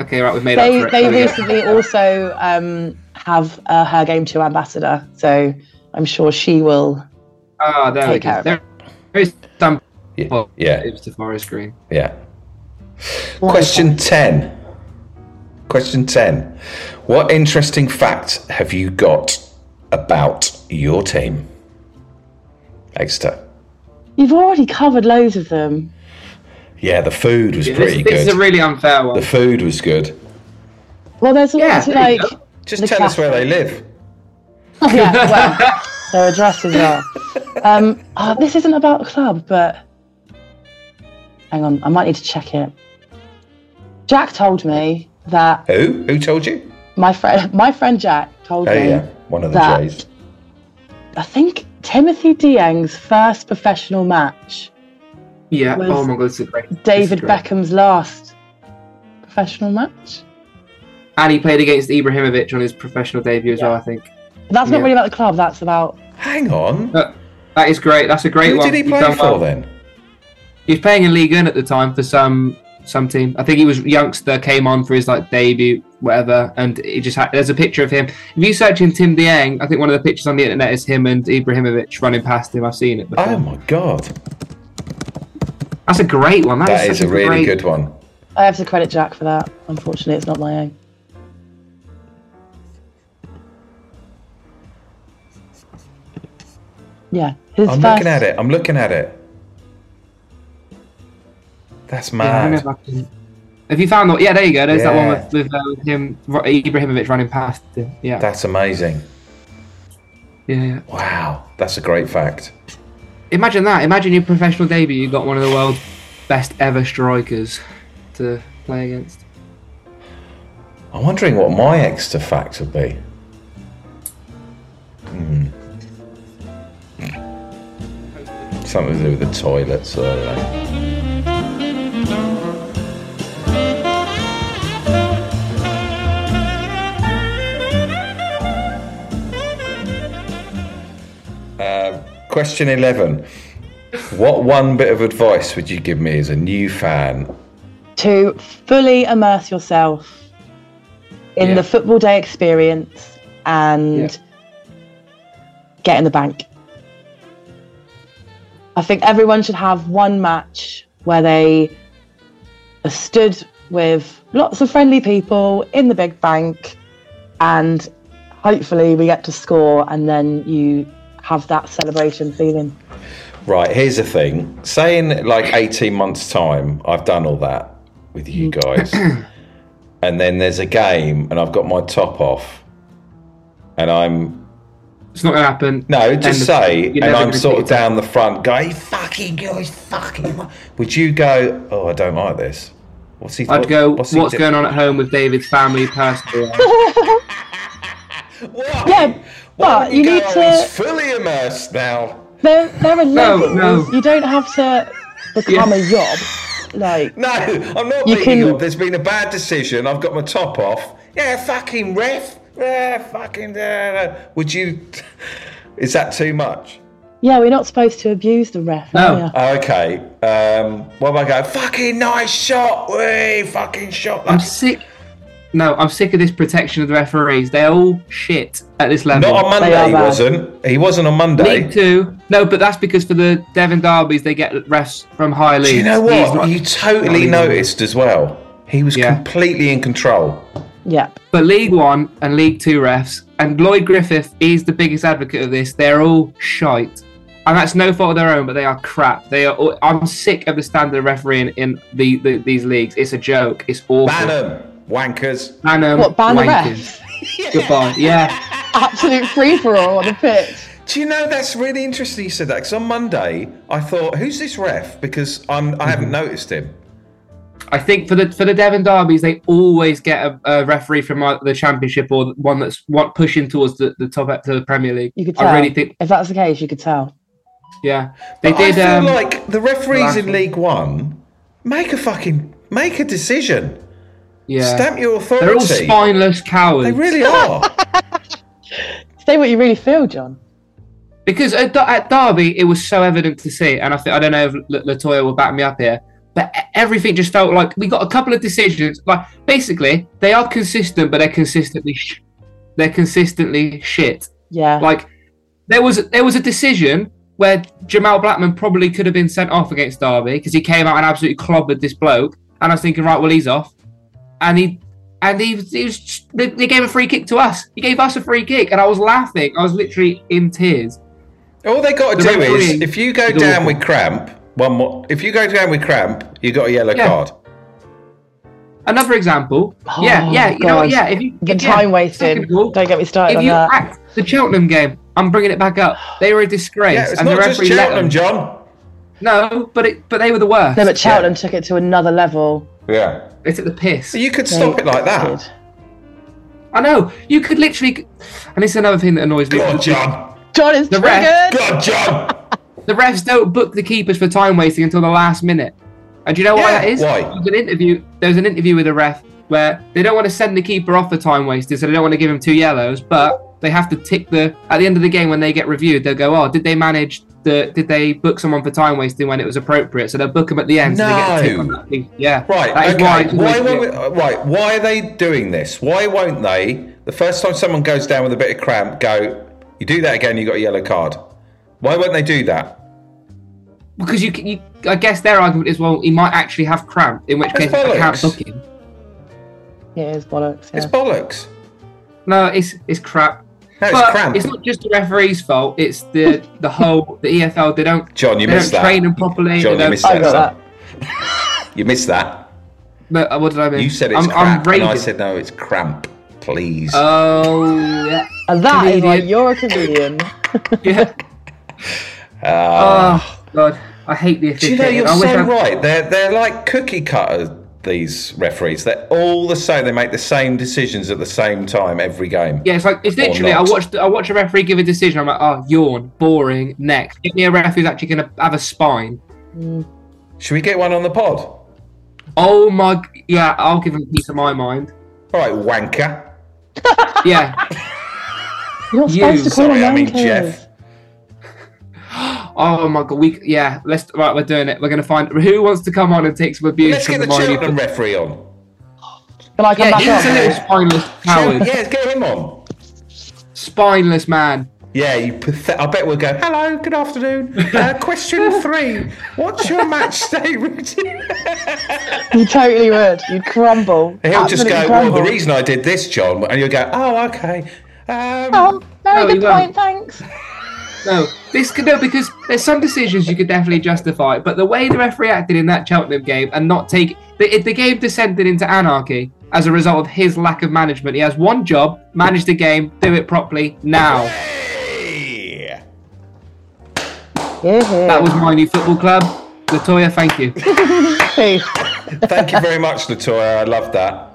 okay? Right, we've made
They
up for it.
they
There we go.
recently also um, have uh, her game two ambassador, so I'm sure she will.
Ah, there we
take care
go.
of
There there is some.
Yeah.
Oh,
Yeah.
It was to forest green.
yeah. Question 10. Question 10. What interesting fact have you got about your team? Exeter.
You've already covered loads of them.
Yeah, the food was
This,
pretty
this is
good.
a really unfair one.
the food was good.
Well, there's
Yeah,
always
there you
like
go.
Just
The
tell us where they live.
yeah, well, their addresses are. Um, oh, this isn't about the club, but hang on, I might need to check it. Jack told me that
Who? Who told you?
my friend, my friend Jack told
Oh,
me
yeah. One of the
That.
J's.
I think Timothy Dieng's first professional match,
yeah.
was
Oh my god, this is great. this is
David
great.
Beckham's last professional match.
And he played against Ibrahimovic on his professional debut as well, I think.
That's not
Yeah.
really about the club. That's about
Hang on.
That is great. That's a great
Who
one.
did he
He's
play
done
for
well.
then?
He was playing in League One at the time for some some team. I think he was youngster, came on for his like debut, whatever, and he just had. There's a picture of him. If you search in Tim Dieng, I think one of the pictures on the internet is him and Ibrahimovic running past him. I've seen it. Before.
Oh my god,
That's a great one.
that is
such
a really
great-
good one.
I have to credit Jack for that. Unfortunately, it's not my own. Yeah, his
I'm
first.
looking at it. I'm looking at it. That's
Yeah, I don't know
mad.
if I can- Have you found that? Yeah, there you go. There's that
Yeah.
one with, with uh, him, Ro- Ibrahimovic running past him. Yeah.
That's amazing.
yeah, yeah.
Wow, that's a great fact.
Imagine that. Imagine your professional debut. You got one of the world's best ever strikers to play against.
I'm wondering what my extra fact would be. Hmm. Something to do with the toilets, I don't know. Um, question 11. What one bit of advice would you give me as a new fan
to fully immerse yourself in
Yeah.
the football day experience and get in the bank. I think everyone should have one match where they are stood with lots of friendly people in the big bank and hopefully we get to score and then you have that celebration feeling.
Right, here's the thing. Say in like 18 months' time, I've done all that with you
Mm.
guys. and then there's a game, and I've got my top off. And I'm.
It's not going to happen.
No,
End of-
just say.
you're
And
never
I'm
gonna
sort
see
of
it.
down the front going, fucking, you fucking. mu-" Would you go, oh, I don't like this? What's he
I'd go,
what's
what's,
he do-
going on at home with David's family personally?
Why?
Yeah,
Why
but
would
you
go,
need
"Oh,
to-
He's fully immersed now.
There, there are levels.
no.
You don't have to become a yob. Like
No, I'm not
You
beating
can-
up. There's been a bad decision. I've got my top off. Yeah, fucking ref. Yeah, fucking. Uh, would you? Is that too much?
Yeah, we're not supposed to abuse the ref.
No.
Are
Okay. Um, what am I going? Fucking nice shot. We fucking shot.
I'm
That.
sick. No, I'm sick of this protection of the referees. They're all shit at this level.
Not on
They
Monday.
are
He
bad.
wasn't. He wasn't on Monday.
League two. No, but that's because for the Devon derbies, they get refs from higher leagues.
Do you know
He's
what?
not-
You
not
totally
even-
noticed as well. He was
Yeah.
completely in control.
Yeah.
But League One and League Two refs, and Lloyd Griffith is the biggest advocate of this. They're all shite, and that's no fault of their own. But they are crap. They are. all- I'm sick of the standard of refereeing in the, the these leagues. It's a joke. It's awful.
Ban 'em, wankers.
Ban 'em,
What, ban the
wankers. Goodbye. Yeah.
Absolute free for all on the pitch.
Do you know that's really interesting you said that? Because on Monday I thought, who's this ref? Because I'm I
Mm-hmm.
haven't noticed him.
I think for the for the Devon derbies, they always get a, a referee from uh, the Championship or one that's what pushing towards the, the top to the Premier League.
You could tell.
I really think.
if that's the case, you could tell.
Yeah. They
But I
did.
feel
um,
like the referees in
Latin.
League One make a fucking make a decision.
yeah.
Stamp your authority.
They're all spineless cowards.
They really are.
Say what you really feel, John.
Because at, Der- at Derby, it was so evident to see, and I think I don't know if La- Latoya will back me up here, but e- everything just felt like we got a couple of decisions. Like basically, they are consistent, but they're consistently sh- they're consistently shit.
Yeah.
Like there was there was a decision where Jamal Blackman probably could have been sent off against Derby because he came out and absolutely clobbered this bloke, and I was thinking, right, well he's off, and he. And he was, he was, they they gave a free kick to us. He gave us a free kick, and I was laughing. I was literally in tears.
all they got to
The
do is
refereeing
if you go
is
down
awful.
with cramp, one more. If you go down with cramp, you got a yellow
Yeah.
card.
Another example.
Oh,
yeah, yeah, you know,
God.
what, yeah. If you,
the
yeah,
time wasted.
second of all,
Don't get me started
If
on
you
that.
act the Cheltenham game, I'm bringing it back up. They were a disgrace,
Yeah, it's
and the
not just
referee let
Cheltenham,
them.
John.
No, but it, but they were the worst.
no, but Cheltenham took it to another level.
Yeah.
they took the piss.
So you could stop
They
it like that.
did.
I know. You could literally, and it's another thing that annoys me.
God, John.
John is
The
triggered.
ref-
God, John.
The refs don't book the keepers for time wasting until the last minute. And do you know why
Yeah,
that is?
why?
There was an interview. There was an interview with a ref where they don't want to send the keeper off for time wasted, so they don't want to give him two yellows, but they have to tick the at the end of the game when they get reviewed, they'll go, Oh, did they manage the did they book someone for time wasting when it was appropriate? So they'll book them at the end so they get a tick
No.
on that thing. Yeah.
Right.
That is
okay.
why I
Why,
just
won't
wanted to-
we- uh, right. Why are they doing this? Why won't they? The first time someone goes down with a bit of cramp, go. You do that again, you got a yellow card. Why won't they do that?
Because you, c- you, I guess their argument is, well, he might actually have cramp, in which
That's
case I can't
bollocks.
book him.
Yeah, it's bollocks. Yeah.
It's bollocks.
No, it's it's crap.
No, it's
but
cramp.
it's not just the referee's fault. It's the the whole the EFL. They don't
John, you
they
missed
don't
that.
train them properly.
John,
they
you
don't,
missed
I
that.
got
son.
that.
You missed that.
No, uh, what did I mean?
You said it's
I'm, I'm
cramp, and I
raging.
said no, it's cramp. Please.
Oh yeah,
And that is why
Comedian.
you're a comedian.
yeah. oh god, I hate the.
Ah.
E
Do you know, you're
I wish
so
I-
right. They're they're like cookie cutter. These referees, they're all the same. They make the same decisions at the same time every game.
Yeah, it's like it's literally. I
not.
watched. I watch a referee give a decision. I'm like, oh, yawn, boring. Next, give me a ref who's actually going to have a spine.
Should we get one on the pod? All
Oh my, g- yeah, I'll give him a piece of my mind.
right, wanker.
Yeah,
You're not
You,
supposed to call
Sorry,
them
I mean
wankers.
Jeff.
Oh my god, we yeah, let's right, we're doing it. We're gonna find who wants to come on and take some abuse
Let's
from
get the
Miami-
children referee on.
Can I come
Yeah,
back
he's a
on?
little spineless coward.
Yeah, let's get him on.
Spineless man.
Yeah, you pathet- I bet we'll go. Hello, good afternoon. Uh, question three: What's your match day routine?
You totally would. You'd crumble.
He'll just
Absolutely
go. Well,
crumble.
the reason I did this, John, and you'll go. Oh, okay. Um,
Oh, very
No, he
good
won't.
point, thanks.
No, this could no because there's some decisions you could definitely justify, but the way the referee acted in that Cheltenham game and not take the, the game descended into anarchy as a result of his lack of management. He has one job: manage the game, do it properly. Now
hey.
Yeah, yeah.
that was my new football club. Latoya, thank you.
Peace.
Thank you very much, Latoya. I love that.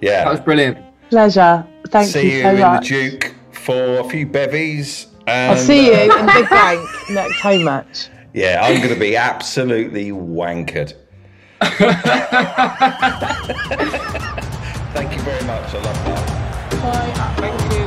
Yeah.
That was brilliant.
Pleasure. Thank
see
you
you
so
in
much.
the Duke for a few bevies. And,
I'll see
uh,
you in the Big Bank next home match.
yeah, I'm going to be absolutely wankered. Thank you very much. I love that.
Bye.
Thank you.